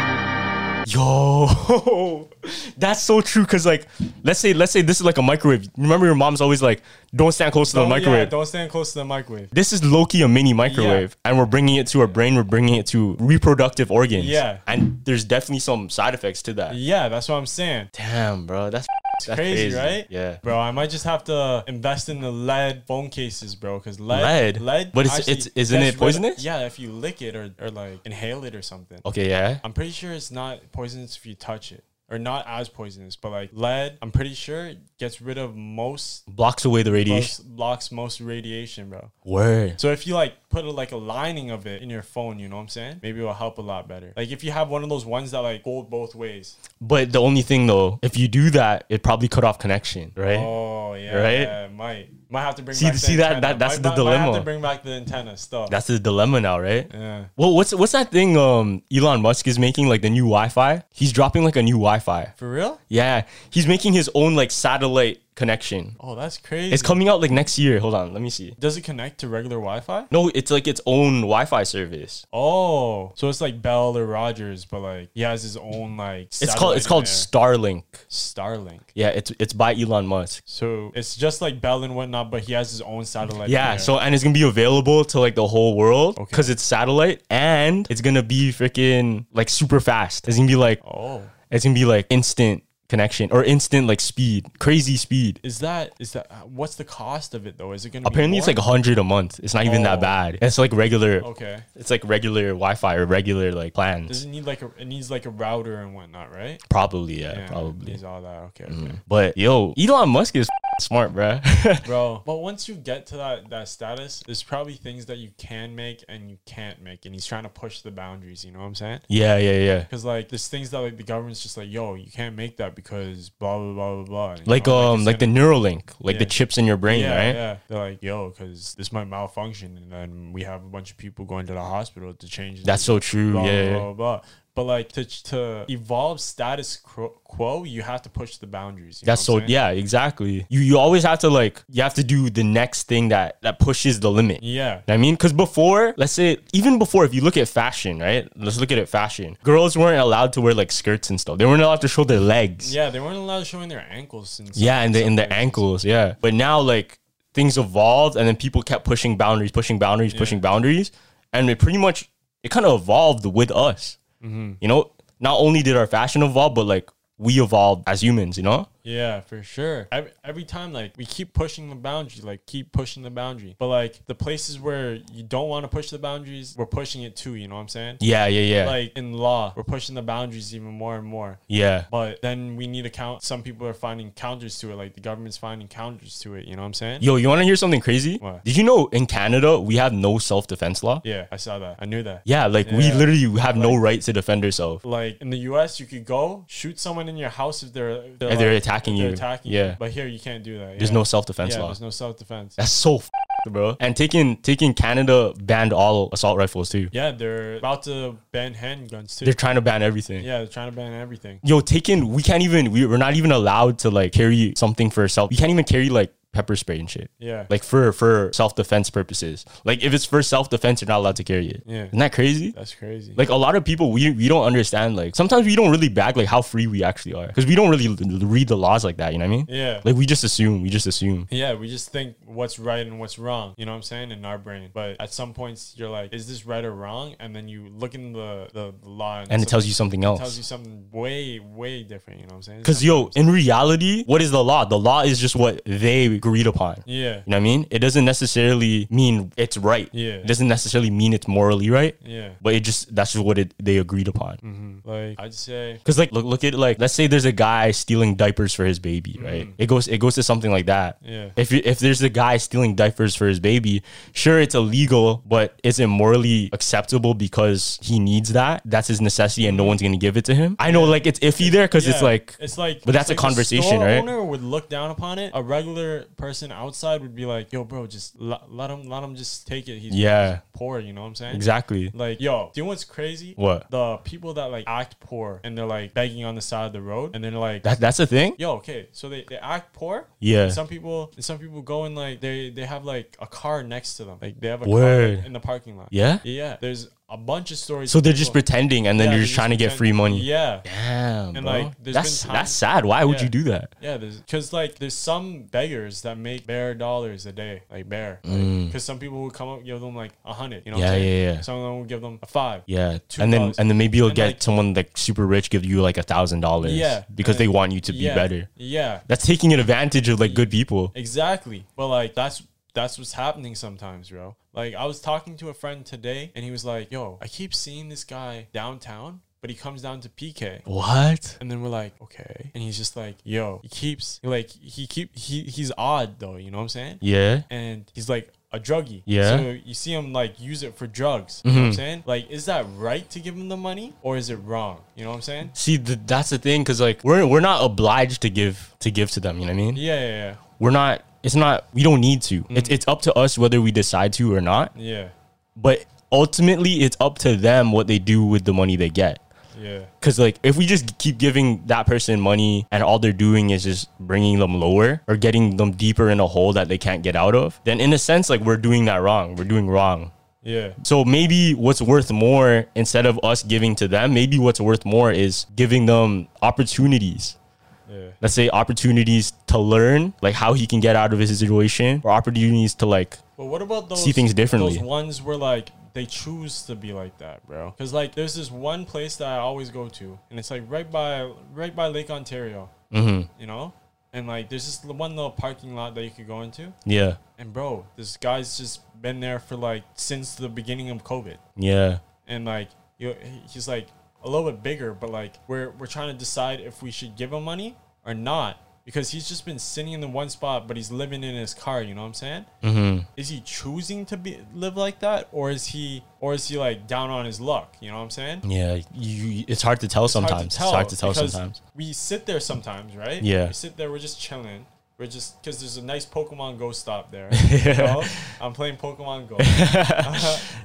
S1: Yo, that's so true. Cause like, let's say, let's say this is like a microwave. Remember, your mom's always like, "Don't stand close to the
S2: Don't- Oh, yeah,
S1: microwave."
S2: don't stand close to the microwave.
S1: this is Loki, a mini microwave, and we're bringing it to our brain. We're bringing it to reproductive organs.
S2: Yeah.
S1: and there's definitely some side effects to that.
S2: Yeah, that's what I'm saying.
S1: Damn, bro, that's, that's
S2: crazy, right?
S1: Yeah,
S2: bro. I might just have to invest in the lead phone cases, bro. Because lead,
S1: Lead? But it's-
S2: actually
S1: it's- isn't
S2: gets
S1: it
S2: rid of-
S1: poisonous? Oh.
S2: yeah, if you lick it or, or like inhale it or something.
S1: Okay, yeah.
S2: I'm pretty sure it's not poisonous if you touch it, or not as poisonous. But like lead, I'm pretty sure gets rid of most,
S1: Blocks away the radiation.
S2: most blocks most radiation, bro.
S1: Word.
S2: So if you like put a, like a lining of it in your phone, you know what I'm saying? Maybe it'll help a lot better. Like if you have one of those ones that like go both ways.
S1: But the only thing though, if you do that, it probably cut off connection, right?
S2: Oh yeah,
S1: Right?
S2: yeah, might might have to bring
S1: See-
S2: back the
S1: see that-
S2: antenna.
S1: that- that's
S2: might,
S1: the
S2: might- might have to
S1: dilemma.
S2: bring back the antenna stuff.
S1: That's the dilemma now, right?
S2: yeah.
S1: Well, what's what's that thing um Elon Musk is making like the new Wi-Fi? He's dropping like a new Wi-Fi.
S2: For real?
S1: Yeah, he's making his own like satellite connection.
S2: Oh, that's crazy.
S1: It's coming out like next year. Hold on, let me see.
S2: Does it connect to regular Wi-Fi?
S1: No, it's like its own Wi-Fi service.
S2: Oh, so it's like Bell or Rogers, but like he has his own like.
S1: It's called it's called
S2: satellite
S1: Starlink.
S2: in there. Starlink.
S1: Yeah, it's it's by Elon Musk.
S2: So it's just like Bell and whatnot, but he has his own satellite. in
S1: Yeah,
S2: there.
S1: so and it's gonna be available to like the whole world because it's satellite and it's gonna be freaking like super fast. It's gonna be like
S2: Oh,
S1: it's gonna be like instant connection or instant like speed, crazy speed.
S2: is that is that uh, what's the cost of it though? Is it gonna
S1: Apparently,
S2: be
S1: it's like a hundred a month. It's not even
S2: Oh.
S1: that bad. It's like regular.
S2: more? okay.
S1: It's like regular Wi-Fi or regular like
S2: Does
S1: plans.
S2: it need like a it needs like a router and whatnot, right?
S1: Probably, yeah,
S2: Yeah, it
S1: probably. Mm.
S2: needs all that. Okay, okay.
S1: But yo, Elon Musk is smart, bruh.
S2: bro. But once you get to that that status, there's probably things that you can make and you can't make, and he's trying to push the boundaries. You know what I'm saying?
S1: yeah, yeah, yeah.
S2: Because like there's things that like the government's just like, yo, you can't make that because blah blah blah blah blah. you
S1: Like
S2: know,
S1: um,
S2: it's
S1: like the
S2: gonna-
S1: Neuralink, like
S2: Yeah.
S1: the chips in your brain,
S2: yeah
S1: right?
S2: yeah. They're like, yo, because this might malfunction, and then we have a bunch of people going to the hospital to change.
S1: That's
S2: this,
S1: so true.
S2: Blah,
S1: yeah.
S2: blah, blah, blah. But like to, to evolve status cro- quo, you have to push the boundaries. you know
S1: That's
S2: what
S1: so
S2: I'm saying?
S1: yeah, exactly. You you always have to like you have to do the next thing that that pushes the limit.
S2: Yeah.
S1: I mean, because before, let's say, even before, if you look at fashion, right? Let's look at it fashion. Girls weren't allowed to wear like skirts and stuff. They weren't allowed to show their legs.
S2: Yeah, they weren't allowed showing their ankles since
S1: Yeah, and the in the ankles, yeah. But now like things evolved and then people kept pushing boundaries, pushing boundaries, pushing boundaries. And it pretty much it kind of evolved with us.
S2: Mm-hmm.
S1: You know, not only did our fashion evolve, but like we evolved as humans, you know?
S2: Yeah, for sure. Every, every time, like, we keep pushing the boundary, like, keep pushing the boundary. But, like, the places where you don't want to push the boundaries, we're pushing it too, you know what I'm saying?
S1: Yeah, yeah, yeah.
S2: Like, in law, we're pushing the boundaries even more and more.
S1: yeah.
S2: But then we need to count. Some people are finding counters to it, like, the government's finding counters to it, you know what I'm saying?
S1: Yo, you want to hear something crazy?
S2: What?
S1: Did you know in Canada we have no self defense law?
S2: Yeah, I saw that. I knew that.
S1: Yeah, like we
S2: Yeah.
S1: literally have no right to defend ourselves.
S2: Like in the U.S., you could go shoot someone in your house if they're if
S1: If they're attacking you.
S2: attacking
S1: Yeah.
S2: you. but here you can't do that.
S1: There's
S2: yeah.
S1: no self defense
S2: yeah,
S1: law.
S2: there's no self defense.
S1: That's so f- bro. And taking taking Canada banned all assault rifles too.
S2: Yeah, they're about to ban handguns too.
S1: They're trying to ban everything.
S2: yeah, they're trying to ban everything.
S1: Yo, taking we can't even we, we're not even allowed to like carry something for self. We can't even carry like pepper spray and shit.
S2: Yeah.
S1: Like for for self defense purposes. Like if it's for self defense, you're not allowed to carry it.
S2: Yeah.
S1: Isn't that crazy?
S2: That's crazy.
S1: like a lot of people we we don't understand like sometimes we don't really back like how free we actually are because we don't really l- read the laws like that you know what i mean
S2: Yeah.
S1: like we just assume we just assume
S2: yeah, we just think what's right and what's wrong. You know what I'm saying? In our brain. But at some points you're like, is this right or wrong? And then you look in the, the, the law
S1: and it
S2: some-
S1: tells you something
S2: tells you
S1: else
S2: something way, way different. You know what I'm saying?
S1: because yo in reality what is the law the law is just what they agreed upon
S2: Yeah.
S1: you know what i mean it doesn't necessarily mean it's right
S2: Yeah.
S1: it doesn't necessarily mean it's morally right
S2: Yeah.
S1: but it just that's just what it, they agreed upon
S2: Like I'd say
S1: Cause like look look at like let's say there's a guy stealing diapers for his baby, right? It goes it goes to something like that.
S2: Mm. Yeah.
S1: If you, if there's a guy stealing diapers for his baby, sure it's illegal, but is it morally acceptable because he needs that? That's his necessity, and no one's gonna give it to him. I know like it's iffy there because it's
S2: Yeah,
S1: like
S2: it's like
S1: but that's
S2: it's
S1: a
S2: like the
S1: conversation,
S2: store
S1: right?
S2: Owner would look down upon it. A regular person outside would be like, "Yo, bro, just l- let him, let him just take it. He's
S1: Yeah.
S2: poor. You know what I'm saying?
S1: exactly.
S2: Like, yo, do you know what's crazy?
S1: What?
S2: the people that like act poor and they're like begging on the side of the road and they're like.
S1: That that's a thing.
S2: Yo, okay, so they, they act poor.
S1: Yeah.
S2: Some people, some people go and like they they have like a car next to them. Like they have a
S1: Word.
S2: car in the parking lot.
S1: Yeah?
S2: Yeah. There's a bunch of stories.
S1: So
S2: of
S1: they're just
S2: people-
S1: pretending, and then
S2: Yeah,
S1: you're
S2: they're
S1: just trying to get
S2: pretend-
S1: free money.
S2: Yeah.
S1: Damn, bro.
S2: And, like, there's
S1: that's
S2: been times-
S1: that's sad. Why would
S2: Yeah.
S1: you do that?
S2: Yeah, there's because like there's some beggars that make bare dollars a day, like bare. Because some people will come up give them like a hundred, you know. what I'm
S1: Mm. Yeah,
S2: saying?
S1: yeah, yeah.
S2: Some of them will give them a five.
S1: Yeah,
S2: two
S1: and then
S2: dollars.
S1: and then maybe you'll
S2: And,
S1: get
S2: like-
S1: someone like super rich give you like a thousand dollars.
S2: Yeah,
S1: because
S2: and-
S1: they want you to
S2: yeah,
S1: be better.
S2: Yeah,
S1: That's taking advantage of like good people.
S2: exactly. But like that's that's what's happening sometimes, bro. Like I was talking to a friend today, and he was like, "Yo, I keep seeing this guy downtown, but he comes down to PK."
S1: What?
S2: And then we're like, okay. And he's just like, yo, he keeps like he keep he he's odd though, you know what I'm saying?
S1: Yeah.
S2: and he's like a druggie.
S1: Yeah. Mm-hmm.
S2: So you see him like use it for drugs. You know what I'm saying? Like, is that right to give him the money or is it wrong? You know what I'm saying?
S1: See, th- that's the thing, because like we're we're not obliged to give to give to them. You know what I mean?
S2: Yeah, Mm-hmm. yeah,
S1: We're not. It's not. We don't need to. It's it's up to us whether we decide to or not.
S2: yeah,
S1: But ultimately, it's up to them what they do with the money they get.
S2: yeah, yeah.
S1: Cause like if we just keep giving that person money and all they're doing is just bringing them lower or getting them deeper in a hole that they can't get out of, then in a sense like we're doing that wrong. We're doing wrong.
S2: yeah.
S1: So maybe what's worth more instead of us giving to them, maybe what's worth more is giving them opportunities.
S2: Yeah.
S1: Let's say opportunities to learn like how he can get out of his situation or opportunities to like
S2: But what about those
S1: See things differently.
S2: Those ones where like they choose to be like that, bro. Because like there's this one place that I always go to, and it's like right by right by Lake Ontario.
S1: Mm-hmm.
S2: You know, and like there's this l- one little parking lot that you could go into,
S1: yeah.
S2: and bro, this guy's just been there for like since the beginning of COVID.
S1: Yeah.
S2: and like you know, he- he's like a little bit bigger, but like we're we're trying to decide if we should give him money or not because he's just been sitting in the one spot, but he's living in his car. You know what I'm saying? Mm-hmm. Is he choosing to be live like that, or is he or is he like down on his luck? You know what I'm saying?
S1: Yeah. You, it's hard to tell sometimes. it's hard to tell
S2: because
S1: sometimes.
S2: We sit there sometimes, right?
S1: Yeah.
S2: We sit there, we're just chilling. We're just because there's a nice Pokemon Go stop there. you know? I'm playing Pokemon Go,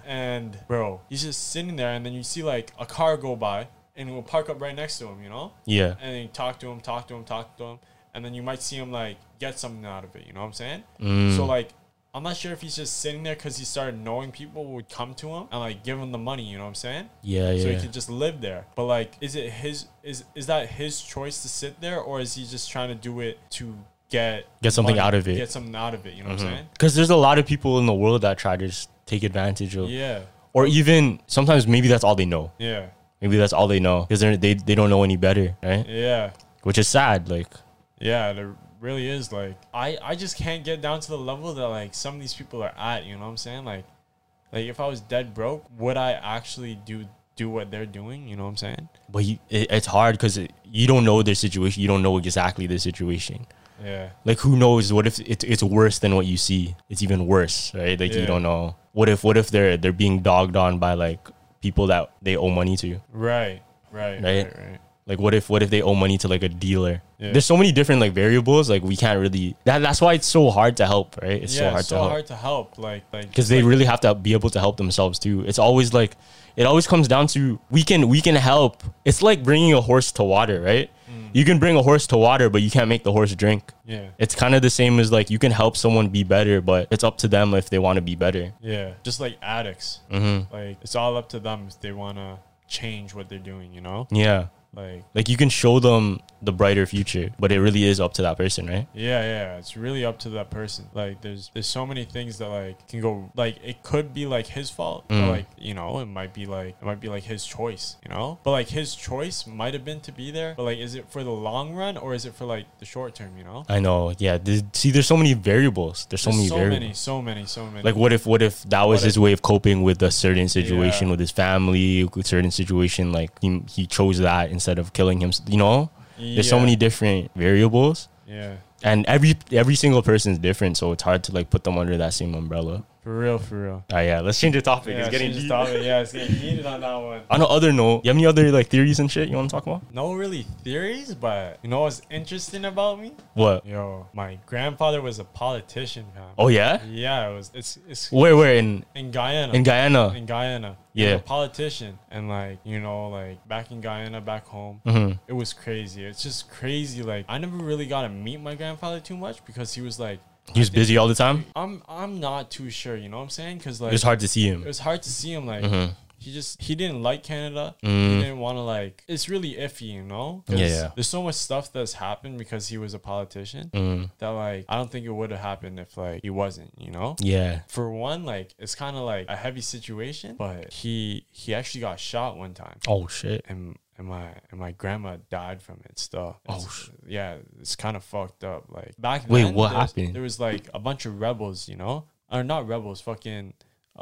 S2: and bro, he's just sitting there, and then you see like a car go by, and it will park up right next to him, you know?
S1: Yeah.
S2: And then you talk to him, talk to him, talk to him, and then you might see him like get something out of it. You know what I'm saying?
S1: Mm.
S2: So like. I'm not sure if he's just sitting there because he started knowing people would come to him and like give him the money. You know what I'm saying?
S1: Yeah,
S2: So he
S1: yeah.
S2: could just live there. But like, is it his is is that his choice to sit there, or is he just trying to do it to get
S1: Get something out of it. Mm-hmm.
S2: Get something out of it. You know what I'm saying?
S1: Because there's a lot of people in the world that try to just take advantage of,
S2: Yeah,
S1: or even sometimes maybe that's all they know.
S2: yeah,
S1: Maybe that's all they know because they they don't know any better, right?
S2: yeah,
S1: Which is sad. Like,
S2: yeah. There really is like I I just can't get down to the level that like some of these people are at. You know what I'm saying? Like, like if I was dead broke, would I actually do do what they're doing? You know what I'm saying?
S1: but you, it, it's hard because it, you don't know their situation. You don't know exactly their situation.
S2: Yeah,
S1: Like, who knows? What if it, it's worse than what you see? It's even worse, right? Like,
S2: Yeah.
S1: you don't know. What if what if they're they're being dogged on by like people that they owe money to?
S2: right,
S1: Right.
S2: right, right. right.
S1: Like what if what if they owe money to like a dealer? There's so many different like variables. Like we can't really. That, that's why it's so hard to help, right? It's so
S2: yeah,
S1: hard
S2: it's so
S1: to help
S2: hard to help. Like, like
S1: because they really have to be able to help themselves too. It's always like it always comes down to we can we can help. It's like bringing a horse to water, right? You can bring a horse to water, but you can't make the horse drink.
S2: Mm. Yeah.
S1: It's kind of the same as like you can help someone be better, but it's up to them if they want to be better.
S2: Yeah, just like addicts. Mm-hmm. Like it's all up to them if they want to change what they're doing. You know,
S1: Yeah.
S2: like
S1: Like you can show them the brighter future, but it really is up to that person, right?
S2: yeah, yeah, it's really up to that person. Like there's there's so many things that like can go like it could be like his fault,
S1: Mm-hmm.
S2: but, like you know it might be like it might be like his choice. You know, but like his choice might have been to be there, but like is it for the long run or is it for like the short term? You know,
S1: I know. Yeah. There's, see, there's so many variables. There's so
S2: There's
S1: many
S2: so
S1: variables.
S2: many, so many, so many.
S1: Like what if what if that was
S2: What
S1: his way of coping with a certain situation
S2: Yeah.
S1: with his family, with certain situation like he, he chose that instead of killing him, you know? There's so
S2: Yeah.
S1: many different variables
S2: yeah,
S1: and every every single person's different, so it's hard to like put them under that same umbrella.
S2: for real, for real.
S1: Ah yeah, let's change the topic.
S2: Yeah,
S1: it's
S2: she
S1: getting
S2: just
S1: deep.
S2: thought of it. yeah, it's getting heated on that one.
S1: On the other note, you have any other like theories and shit you want to talk about?
S2: No really theories, but you know what's interesting about me?
S1: What?
S2: Yo, my grandfather was a politician, man.
S1: Oh yeah?
S2: Yeah, it was it's it's
S1: Where where in
S2: in Guyana.
S1: in Guyana?
S2: In Guyana. He was
S1: Yeah.
S2: A politician. And like, you know, like back in Guyana, back home,
S1: Mm-hmm.
S2: it was crazy. It's just crazy. Like I never really got to meet my grandfather too much because he was like
S1: he was busy all the time.
S2: I'm I'm not too sure, you know what I'm saying? Cuz
S1: It
S2: like
S1: was hard to see
S2: it
S1: him.
S2: was hard to see him like
S1: Mm-hmm.
S2: he just he didn't like Canada. He didn't want to like it's really iffy, you know? 'Cause
S1: Mm. Yeah.
S2: There's so much stuff that's happened because he was a politician
S1: Mm.
S2: that like I don't think it would have happened if like he wasn't, you know?
S1: Yeah.
S2: For one, like it's kind of like a heavy situation, but he he actually got shot one time.
S1: Oh shit.
S2: And and my and my grandma died from it still. Oh, yeah, it's kind of fucked up. Like back
S1: Wait,
S2: then,
S1: what
S2: there was-
S1: happened?
S2: There was like a bunch of rebels, you know, or not rebels, fucking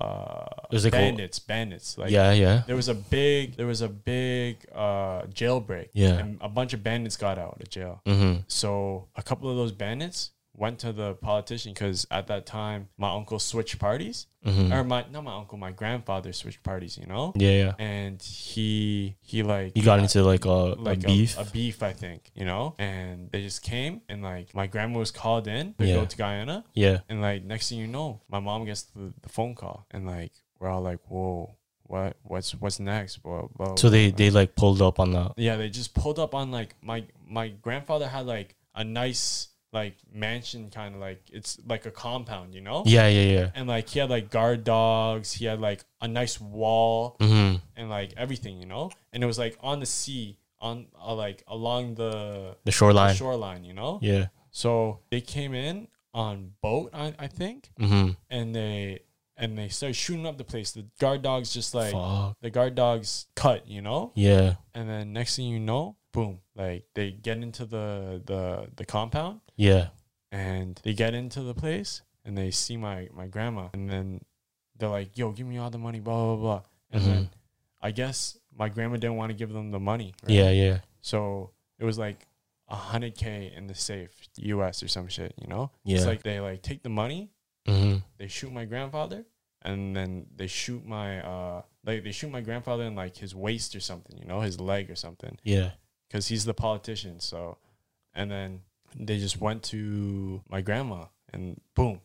S2: uh,
S1: It was like a-
S2: bandits, bandits. Like
S1: Yeah, yeah.
S2: There was a big, there was a big uh, jailbreak.
S1: Yeah. Mm-hmm.
S2: and a bunch of bandits got out of jail. So a couple of those bandits went to the politician because at that time my uncle switched parties, or my not my uncle, my grandfather switched parties. You know,
S1: Mm-hmm. Yeah, yeah.
S2: and he he like
S1: He got into like a,
S2: like
S1: a beef.
S2: A, beef, I think, you know? And they just came and like my grandma was called in to
S1: Yeah.
S2: go to Guyana.
S1: yeah.
S2: And like next thing you know, my mom gets the, the phone call and like we're all like, Whoa, what what's what's next? Blah, blah,
S1: So they
S2: blah.
S1: they like pulled up on that.
S2: Yeah, they just pulled up on like my my grandfather had like a nice like mansion kind of like it's like a compound, you know?
S1: Yeah, yeah, yeah.
S2: And like he had like guard dogs, he had like a nice wall
S1: Mm-hmm.
S2: and like everything, you know? And it was like on the sea, on uh, like along the
S1: The shoreline.
S2: the shoreline, you know?
S1: yeah.
S2: So they came in on boat, I, I think,
S1: Mm-hmm.
S2: and they and they started shooting up the place. The guard dogs just like
S1: Fuck.
S2: the guard dogs cut, you know?
S1: Yeah.
S2: And then next thing you know, boom, like they get into the the the compound
S1: Yeah.
S2: and they get into the place and they see my my grandma and then they're like, "Yo, give me all the money, blah blah blah." And
S1: Mm-hmm.
S2: then I guess my grandma didn't want to give them the money. right?
S1: Yeah. Yeah.
S2: So it was like a hundred K in the safe, US or some shit, you know? It's
S1: Yeah.
S2: like they like take the money,
S1: Mm-hmm.
S2: they shoot my grandfather, and then they shoot my uh like they shoot my grandfather in like his waist or something, you know, his leg or something.
S1: Yeah.
S2: Because he's the politician, so and then they just went to my grandma and boom,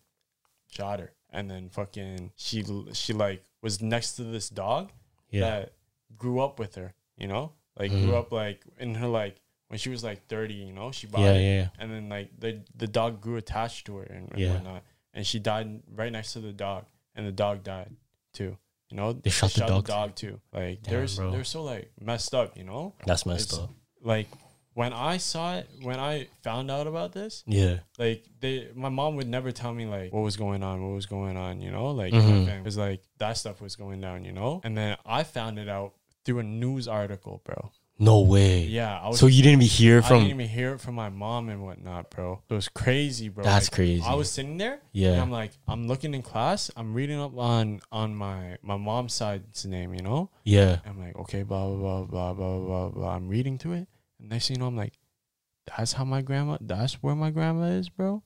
S2: shot her. And then fucking she she like was next to this dog
S1: Yeah. Mm-hmm.
S2: that grew up with her, you know? Like grew up like in her like when she was like thirty, you know, she bought
S1: Yeah,
S2: it.
S1: yeah, yeah.
S2: And then like the the dog grew attached to her and, and
S1: Yeah.
S2: whatnot. And she died right next to the dog. And the dog died too. You know? They
S1: shot the dog.
S2: too. Like
S1: Damn,
S2: they're s-
S1: bro.
S2: they're so like messed up, you know?
S1: That's messed
S2: It's-
S1: up.
S2: Like when I saw it, when I found out about this,
S1: Yeah.
S2: like they my mom would never tell me like what was going on what was going on you know like
S1: Mhm.
S2: it was like that stuff was going down you know and then i found it out through a news article bro
S1: No way.
S2: yeah i was
S1: so you didn't even hear
S2: I
S1: from.
S2: didn't even hear it from my mom and whatnot, bro. It was crazy, bro.
S1: That's
S2: Like,
S1: crazy.
S2: I was sitting there,
S1: Yeah.
S2: And I'm like, I'm looking in class. I'm reading up on on my my mom's side's name, you know.
S1: yeah.
S2: I'm like, okay, blah blah blah blah blah blah blah. I'm reading to it, and next thing you know, I'm like, that's how my grandma. That's where my grandma is, bro.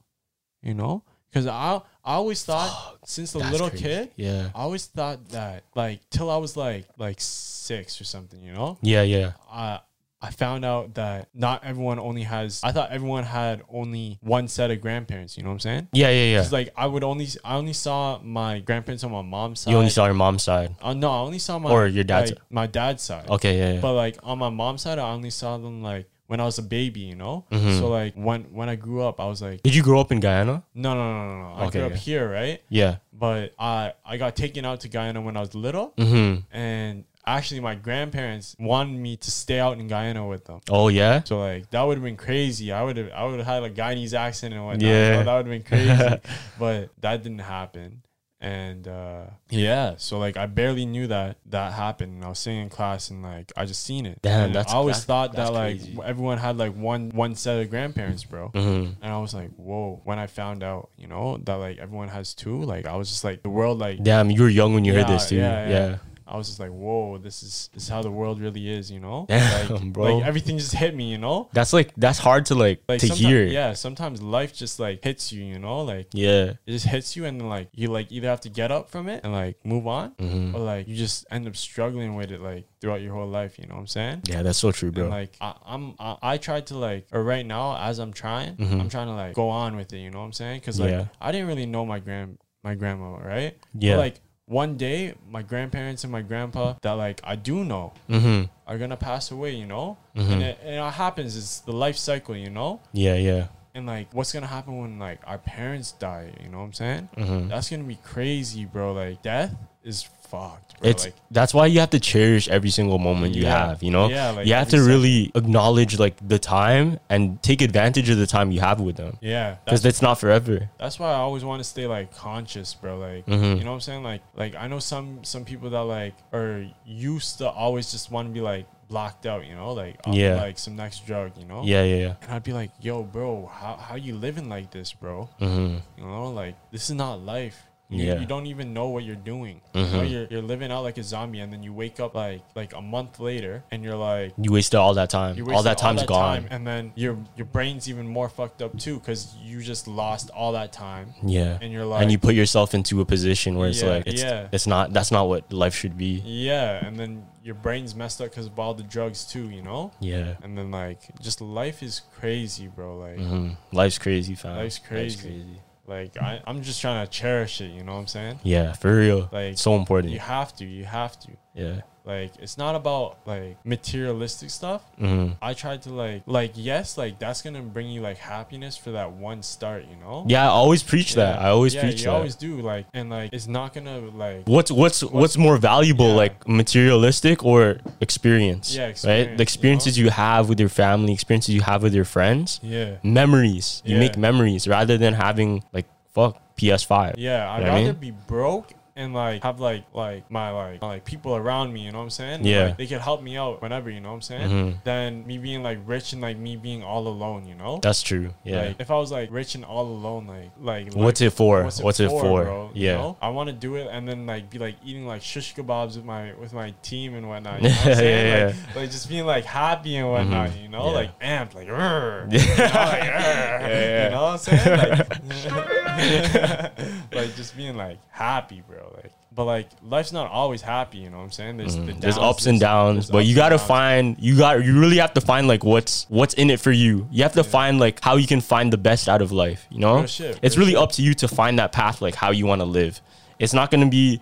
S2: You know, because I I always thought since a
S1: That's
S2: little
S1: crazy.
S2: kid,
S1: Yeah.
S2: I always thought that like till I was like like six or something. You know,
S1: Yeah. Yeah.
S2: I I found out that not everyone only has. I thought everyone had only one set of grandparents. You know what I'm saying?
S1: Yeah, yeah, yeah.
S2: 'Cause, like I would only I only saw my grandparents on my mom's side.
S1: you only saw your mom's side.
S2: Uh, no, I only saw my
S1: Or your dad's
S2: like,
S1: side.
S2: my dad's side.
S1: Okay, yeah, yeah.
S2: But like on my mom's side, I only saw them like when I was a baby. You know.
S1: Mm-hmm.
S2: So like when when I grew up, I was like,
S1: Did you grow up in Guyana?
S2: no, no, no, no, no. I
S1: Okay,
S2: grew up
S1: yeah.
S2: here, right?
S1: Yeah.
S2: But I I got taken out to Guyana when I was little,
S1: Mm-hmm.
S2: and actually my grandparents wanted me to stay out in Guyana with them.
S1: Oh yeah.
S2: So like that would have been crazy. I would have I would have had a Guyanese accent and whatnot.
S1: Yeah.
S2: Yeah, that would have been crazy. but that didn't happen. And uh, yeah, so like I barely knew that that happened. And I was sitting in class and like I just seen it.
S1: Damn,
S2: And
S1: that's-
S2: I always
S1: that's-
S2: thought
S1: that's
S2: that like
S1: crazy.
S2: everyone had like one one set of grandparents, bro.
S1: Mm-hmm.
S2: And I was like, whoa. When I found out, you know, that like everyone has two, like I was just like the world like
S1: Damn, you were young when you heard this, dude.
S2: yeah,
S1: Yeah.
S2: yeah. I was just like, whoa, this is this is how the world really is, you know?
S1: Damn,
S2: like,
S1: bro.
S2: like everything just hit me, you know?
S1: That's like that's hard to like,
S2: Like
S1: to
S2: sometimes-
S1: hear.
S2: Yeah, sometimes life just like hits you, you know? Like
S1: Yeah.
S2: it just hits you and then like you like either have to get up from it and like move on
S1: Mm-hmm.
S2: or like you just end up struggling with it like throughout your whole life, you know what I'm saying?
S1: Yeah, that's so true, bro.
S2: And like I, I'm, I, I tried to like, or right now as I'm trying, I'm trying to like go on with it. You know what I'm saying? Because like
S1: Mm-hmm. Yeah.
S2: I didn't really know my grand, my grandma, right?
S1: Yeah.
S2: But like one day, my grandparents and my grandpa that like I do know
S1: Mm-hmm.
S2: are gonna pass away. You know, and it, and it happens. It's the life cycle. You know,
S1: yeah, yeah.
S2: and like what's gonna happen when like our parents die? You know what I'm saying?
S1: Mm-hmm.
S2: That's gonna be crazy, bro. Like death is fucked. Bro.
S1: It's
S2: like,
S1: that's why you have to cherish every single moment you
S2: Yeah.
S1: have, you know?
S2: Yeah, like
S1: you have to
S2: every second.
S1: really acknowledge like the time and take advantage of the time you have with them.
S2: yeah, that's
S1: Because it's not forever.
S2: That's why I always want to stay like conscious, bro. Like
S1: Mm-hmm.
S2: you know what I'm saying? Like like I know some some people that like are used to always just want to be like blocked out, you know, like off of,
S1: Yeah.
S2: like some next drug, you know?
S1: Yeah, yeah, yeah.
S2: And I'd be like, yo, bro, how how you living like this, bro? You know, like this is not life. You,
S1: Mm-hmm. Yeah. Mm-hmm.
S2: you don't even know what you're doing. You know, you're, you're living out like a zombie, and then you wake up like like a month later, and you're like,
S1: You wasted all that
S2: you
S1: time.
S2: wasted
S1: All that time's gone.
S2: time, and then your your brain's even more fucked up too because you just lost all that time.
S1: yeah.
S2: and you're like-
S1: and you put yourself into a position where it's
S2: Yeah,
S1: like it's
S2: yeah.
S1: it's not that's not what life should be.
S2: Yeah, and then your brain's messed up because of all the drugs too, you know.
S1: Yeah.
S2: And then like, just life is crazy, bro. Like,
S1: Mhm. Life's crazy, fam.
S2: life's crazy. Like, I, I'm just trying to cherish it. You know what I'm saying?
S1: Yeah, for real.
S2: Like,
S1: so important.
S2: You have to. You have to.
S1: yeah.
S2: Like, it's not about like materialistic stuff.
S1: Mm-hmm.
S2: I tried to like, like yes, like that's gonna bring you like happiness for that one start. You know?
S1: Yeah, I always preach that. I always
S2: yeah,
S1: preach
S2: you
S1: that.
S2: always do. Like, and like, it's not gonna like.
S1: what's what's what's more valuable
S2: Yeah.
S1: like materialistic or experience
S2: Yeah,
S1: right the
S2: experience, you
S1: experiences you, have with your family experiences you have with your friends
S2: Yeah.
S1: memories you
S2: Yeah.
S1: make memories rather than having like fuck ps5
S2: Yeah, I'd
S1: You know what I
S2: rather
S1: mean?
S2: be broke and like have like like my like my, like people around me, you know what I'm saying?
S1: Yeah. Mm-hmm.
S2: Like, they could help me out whenever, you know what I'm saying? Than me being like rich and like me being all alone, you know?
S1: that's true yeah
S2: Like if I was like rich and all alone, like like
S1: What's
S2: like,
S1: it for? What's it for?
S2: Bro,
S1: Yeah.
S2: you know? I want to do it and then like be like eating like shish kebabs with my with my team and whatnot. You know what I'm
S1: Yeah,
S2: saying?
S1: yeah, Mm-hmm.
S2: like, like just being like happy and whatnot. You know,
S1: Yeah.
S2: like amped, like, "Rrr," you know, like, "Rrr," you know what I'm saying? Like, like just being like happy, bro. Like, but like life's not always happy. You know what I'm saying? There's the
S1: Mm-hmm. there's
S2: downs,
S1: ups and downs
S2: there's
S1: but
S2: ups
S1: you
S2: and
S1: gotta
S2: downs.
S1: find you got you really have to find like what's what's in it for you you have to find like how you can find the best out of life you know
S2: Real shit,
S1: it's
S2: real
S1: really up to you to find that path like how you want to live it's not gonna be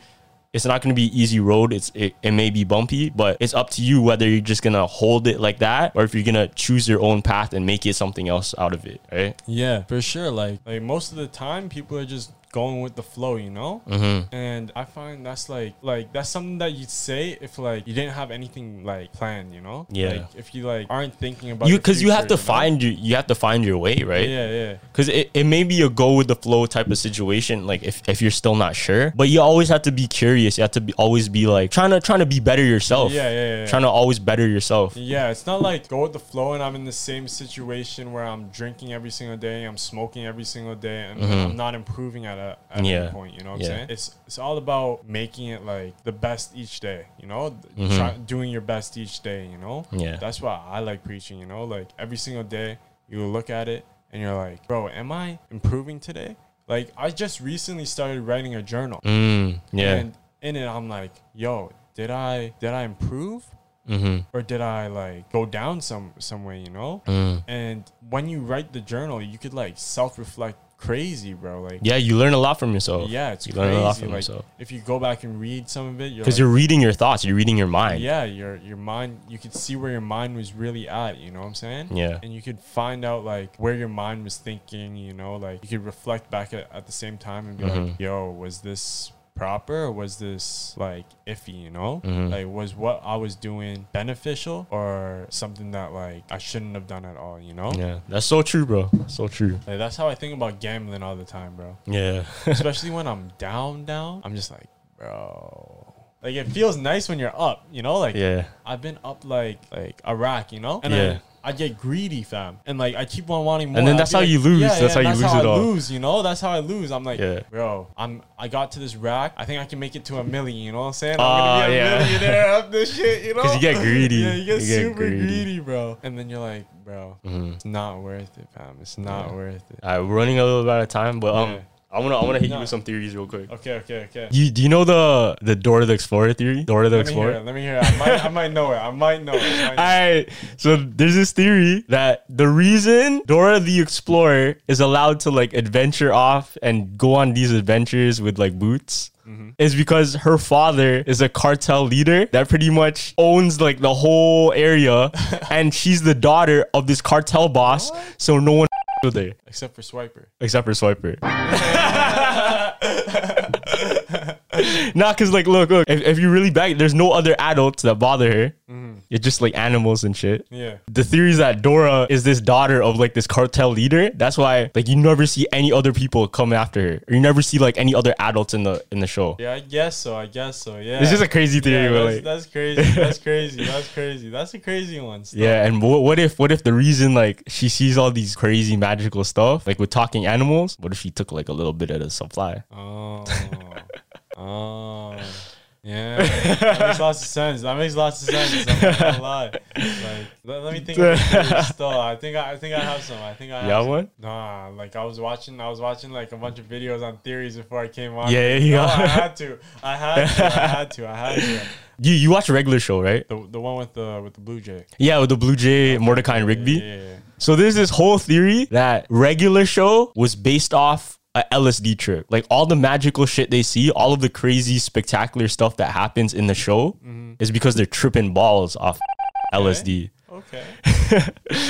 S1: it's not gonna be easy road it's it, it may be bumpy but it's up to you whether you're just gonna hold it like that or if you're gonna choose your own path and make it something else out of it right
S2: Yeah, for sure. Like, like most of the time, people are just going with the flow, you know. Mm-hmm. And I find that's like, like that's something that you'd say if like you didn't have anything like planned, you know.
S1: Yeah.
S2: Like if you like aren't thinking about
S1: you
S2: your
S1: because you have
S2: future,
S1: to
S2: know?
S1: find your you have to find your way right
S2: Yeah, yeah.
S1: Because it, it may be a go with the flow type of situation, like if, if you're still not sure, but you always have to be curious. You have to be, always be like trying to trying to be better yourself.
S2: Yeah, yeah, yeah.
S1: Trying to always better yourself.
S2: Yeah, it's not like go with the flow and I'm in the same situation where I'm drinking every single day, I'm smoking every single day, and I'm not improving at a at
S1: Mm-hmm.
S2: any
S1: Yeah.
S2: point. You know what
S1: Yeah.
S2: I'm saying? It's it's all about making it like the best each day. You know, Try, doing your best each day. You know,
S1: Mm-hmm. Yeah.
S2: That's why I like preaching. You know, like every single day you look at it and you're like, bro, am I improving today? Like I just recently started writing a journal
S1: Mm, yeah.
S2: and in it i'm like yo did i did i improve
S1: Mm-hmm.
S2: or did I like go down some some way, you know?
S1: Mm-hmm.
S2: And when you write the journal, you could like self reflect crazy, bro. Like
S1: Yeah, you learn a lot from yourself.
S2: yeah, it's
S1: you
S2: crazy.
S1: learn a lot from
S2: like
S1: yourself
S2: if you go back and read some of it, you're
S1: because
S2: like,
S1: you're reading your thoughts. You're reading your mind.
S2: yeah, your your mind you could see where your mind was really at, you know what I'm saying?
S1: Yeah.
S2: And you could find out like where your mind was thinking, you know, like you could reflect back at, at the same time and be
S1: Mm-hmm.
S2: like, yo, was this proper or was this like iffy, you know?
S1: Mm-hmm.
S2: Like was what I was doing beneficial or something that like I shouldn't have done at all, you know?
S1: yeah, that's so true, bro. So true.
S2: Like that's how I think about gambling all the time, bro.
S1: Yeah,
S2: Especially when I'm down, down. I'm just like, bro. Like it feels nice when you're up, you know? Like
S1: yeah.
S2: I've been up like like Iraq, you know, and
S1: Yeah.
S2: I, I get greedy, fam, and like I keep on wanting more.
S1: then
S2: I'd
S1: that's
S2: be
S1: how
S2: like-
S1: you lose. That's how you lose it
S2: I
S1: all.
S2: Lose, you know, that's how I lose. I'm like,
S1: Yeah.
S2: bro, I'm I got to this rack. I think I can make it to a milli. You know what I'm saying? I'm
S1: Ah,
S2: gonna be a
S1: yeah.
S2: millionaire up this shit. You know,
S1: 'Cause you get greedy.
S2: yeah, you get
S1: You get
S2: super
S1: greedy. Mm-hmm.
S2: greedy. bro. And then you're like, bro, it's not worth it, fam. It's not worth it.
S1: All right, we're running a little bit out of time, but um,
S2: Yeah.
S1: I wanna I wanna hit you
S2: Nah.
S1: with some theories real quick.
S2: Okay, okay, okay.
S1: You do you know the the door to the explorer theory? Door to the
S2: let me hear it.
S1: explorer.
S2: Let me hear it. I might, I might know it. I might know it. I might know it.
S1: All right, so there's this theory that the reason Dora the Explorer is allowed to like adventure off and go on these adventures with like boots is because her father is a cartel leader that pretty much owns like the whole area, and she's the daughter of this cartel boss. So no one with her
S2: Except for Swiper.
S1: except for Swiper. Nah, cause like, look, look. If, if you really back, there's no other adults that bother her. It's just like animals and shit.
S2: Mm-hmm. Yeah.
S1: The theory is that Dora is this daughter of like this cartel leader. That's why like you never see any other people come after her, or you never see like any other adults in the in the show.
S2: Yeah, I guess so. I guess so. Yeah.
S1: It's just a crazy theory,
S2: Yeah,
S1: but
S2: that's,
S1: like,
S2: that's crazy. That's crazy. That's crazy. That's a crazy one. still.
S1: yeah. And what, what if what if the reason like she sees all these crazy magical stuff like with talking animals? What if she took like a little bit of the supply?
S2: Oh. Oh. Yeah. That makes lots of sense. That makes lots of sense. I'm not gonna lie. Like, let, let me think. Of this still, I think I, I think I have some. I think I
S1: You
S2: have
S1: got
S2: some.
S1: one?
S2: Nah, like I was watching, I was watching like a bunch of videos on theories before I came on.
S1: Yeah, yeah,
S2: No,
S1: you got-
S2: I had to. I had to. I had to. I had to.
S1: You you watch a regular show, right?
S2: The, the one with the with the blue jay.
S1: Yeah, with the Blue Jay, Mordecai, and Rigby.
S2: Yeah, yeah, yeah.
S1: So there's this whole theory that regular show was based off a LSD trip. Like all the magical shit they see, all of the crazy, spectacular stuff that happens in the show
S2: Mm-hmm.
S1: is because they're tripping balls off LSD.
S2: Okay.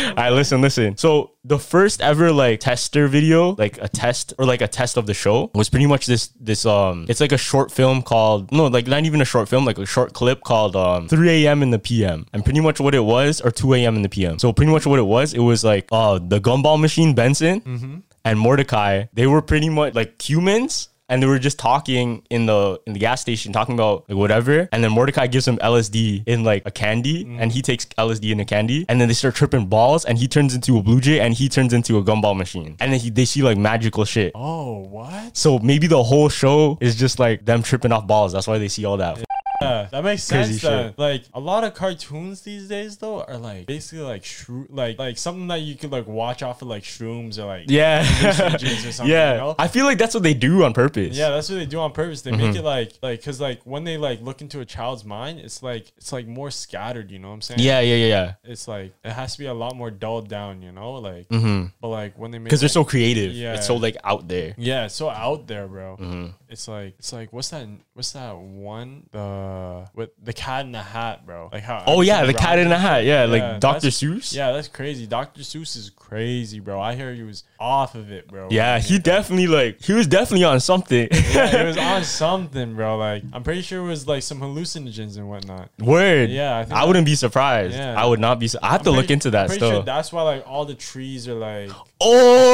S1: All right, listen, listen. So the first ever like tester video, like a test or like a test of the show, was pretty much this this um. It's like a short film called no, like not even a short film, like a short clip called um 3 a.m. in the p.m. And pretty much what it was, or 2 a.m. in the p.m. So pretty much what it was, it was like uh the gumball machine Benson and Mordecai. They were pretty much like humans. And they were just talking in the in the gas station, talking about like whatever. And then Mordecai gives him LSD in like a candy,
S2: Mm.
S1: and he takes LSD in a candy. And then they start tripping balls, and he turns into a blue jay, and he turns into a gumball machine. And then he, they see like magical shit.
S2: Oh, what?
S1: So maybe the whole show is just like them tripping off balls. That's why they see all that.
S2: Yeah, that makes
S1: Crazy
S2: sense. Then.
S1: shit.
S2: Like a lot of cartoons these days, though, are like basically like shrew, like like something that you could like watch off of like shrooms or like
S1: Yeah,
S2: hallucinogens or something,
S1: yeah.
S2: you know?
S1: I Mm-hmm. feel like that's what they do on purpose.
S2: Yeah, that's what they do on purpose. They make it like like because like when they like look into a child's mind, it's like it's like more scattered. You know what I'm saying?
S1: yeah, yeah, yeah, yeah.
S2: It's like it has to be a lot more dulled down. You know, like but like when they make
S1: Because Mm-hmm. they're
S2: like-
S1: so creative.
S2: Yeah.
S1: It's so like out there.
S2: Yeah, it's so out there, bro.
S1: Mm-hmm.
S2: It's like it's like what's that? What's that one? The with the cat in the hat, bro. Like how?
S1: Oh yeah, the
S2: Rocky-
S1: cat in the hat. Yeah,
S2: Yeah,
S1: like Dr.
S2: that's-
S1: Seuss.
S2: Yeah, that's crazy. Dr. Seuss is crazy, bro. I hear he was off of it, bro.
S1: Yeah, he definitely like he was definitely on something.
S2: Yeah, he was on something, bro. Like I'm pretty sure it was like some hallucinogens and whatnot.
S1: Word.
S2: Yeah, I
S1: I,
S2: think that-
S1: wouldn't be surprised.
S2: Yeah.
S1: I would not be. su- I have to look
S2: Pretty-
S1: into that
S2: pretty
S1: still.
S2: Sure that's why like all the trees are like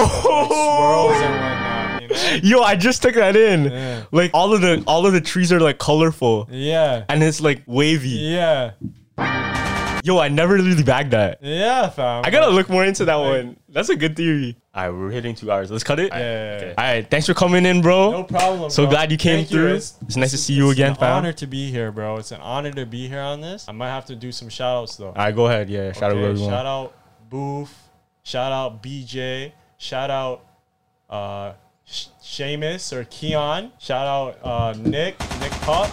S1: oh,
S2: swirls and whatnot. You know?
S1: yo! I just took that in.
S2: Yeah.
S1: Like all of the all of the trees are like colorful
S2: Yeah.
S1: and it's like wavy.
S2: Yeah.
S1: Yo, I never really bagged that.
S2: Yeah, fam.
S1: I gotta look more into that one. That's a good theory. All right, we're hitting two hours. Let's cut it.
S2: yeah, yeah.
S1: All right, thanks for coming in, bro.
S2: No problem.
S1: So
S2: bro.
S1: glad you came
S2: Thank
S1: through. It's, nice to see you again,
S2: It's an
S1: fam.
S2: honor to be here, bro. It's an honor to be here on this. I might have to do some shout outs though.
S1: All right, go ahead. Yeah, shout out
S2: Okay,
S1: everyone.
S2: shout out Boof. Shout out BJ. Shout out uh, Sh- Seamus or Keon. Shout out uh, Nick, Nick Pop.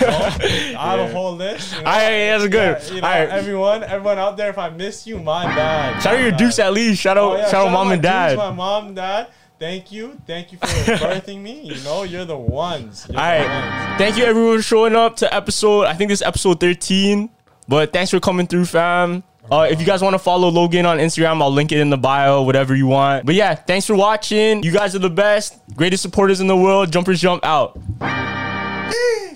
S2: You I have a whole list. you know?
S1: All right, that's good.
S2: Yeah, you know,
S1: All right.
S2: everyone, everyone out there, if I miss you, my bad.
S1: Shout out your
S2: My
S1: Dukes
S2: bad.
S1: at least. Shout out,
S2: Oh, yeah,
S1: shout out, mom
S2: my
S1: and
S2: Dukes,
S1: dad.
S2: My mom and dad. Thank you. Thank you for birthing me. You know, you're the ones. You're
S1: All
S2: the
S1: right, thank you everyone for showing up to episode. I think this is episode thirteen, but thanks for coming through, fam. Uh, if you guys want to follow Logan on Instagram, I'll link it in the bio, whatever you want. But yeah, thanks for watching. You guys are the best, greatest supporters in the world. Jumpers jump out.
S2: ones.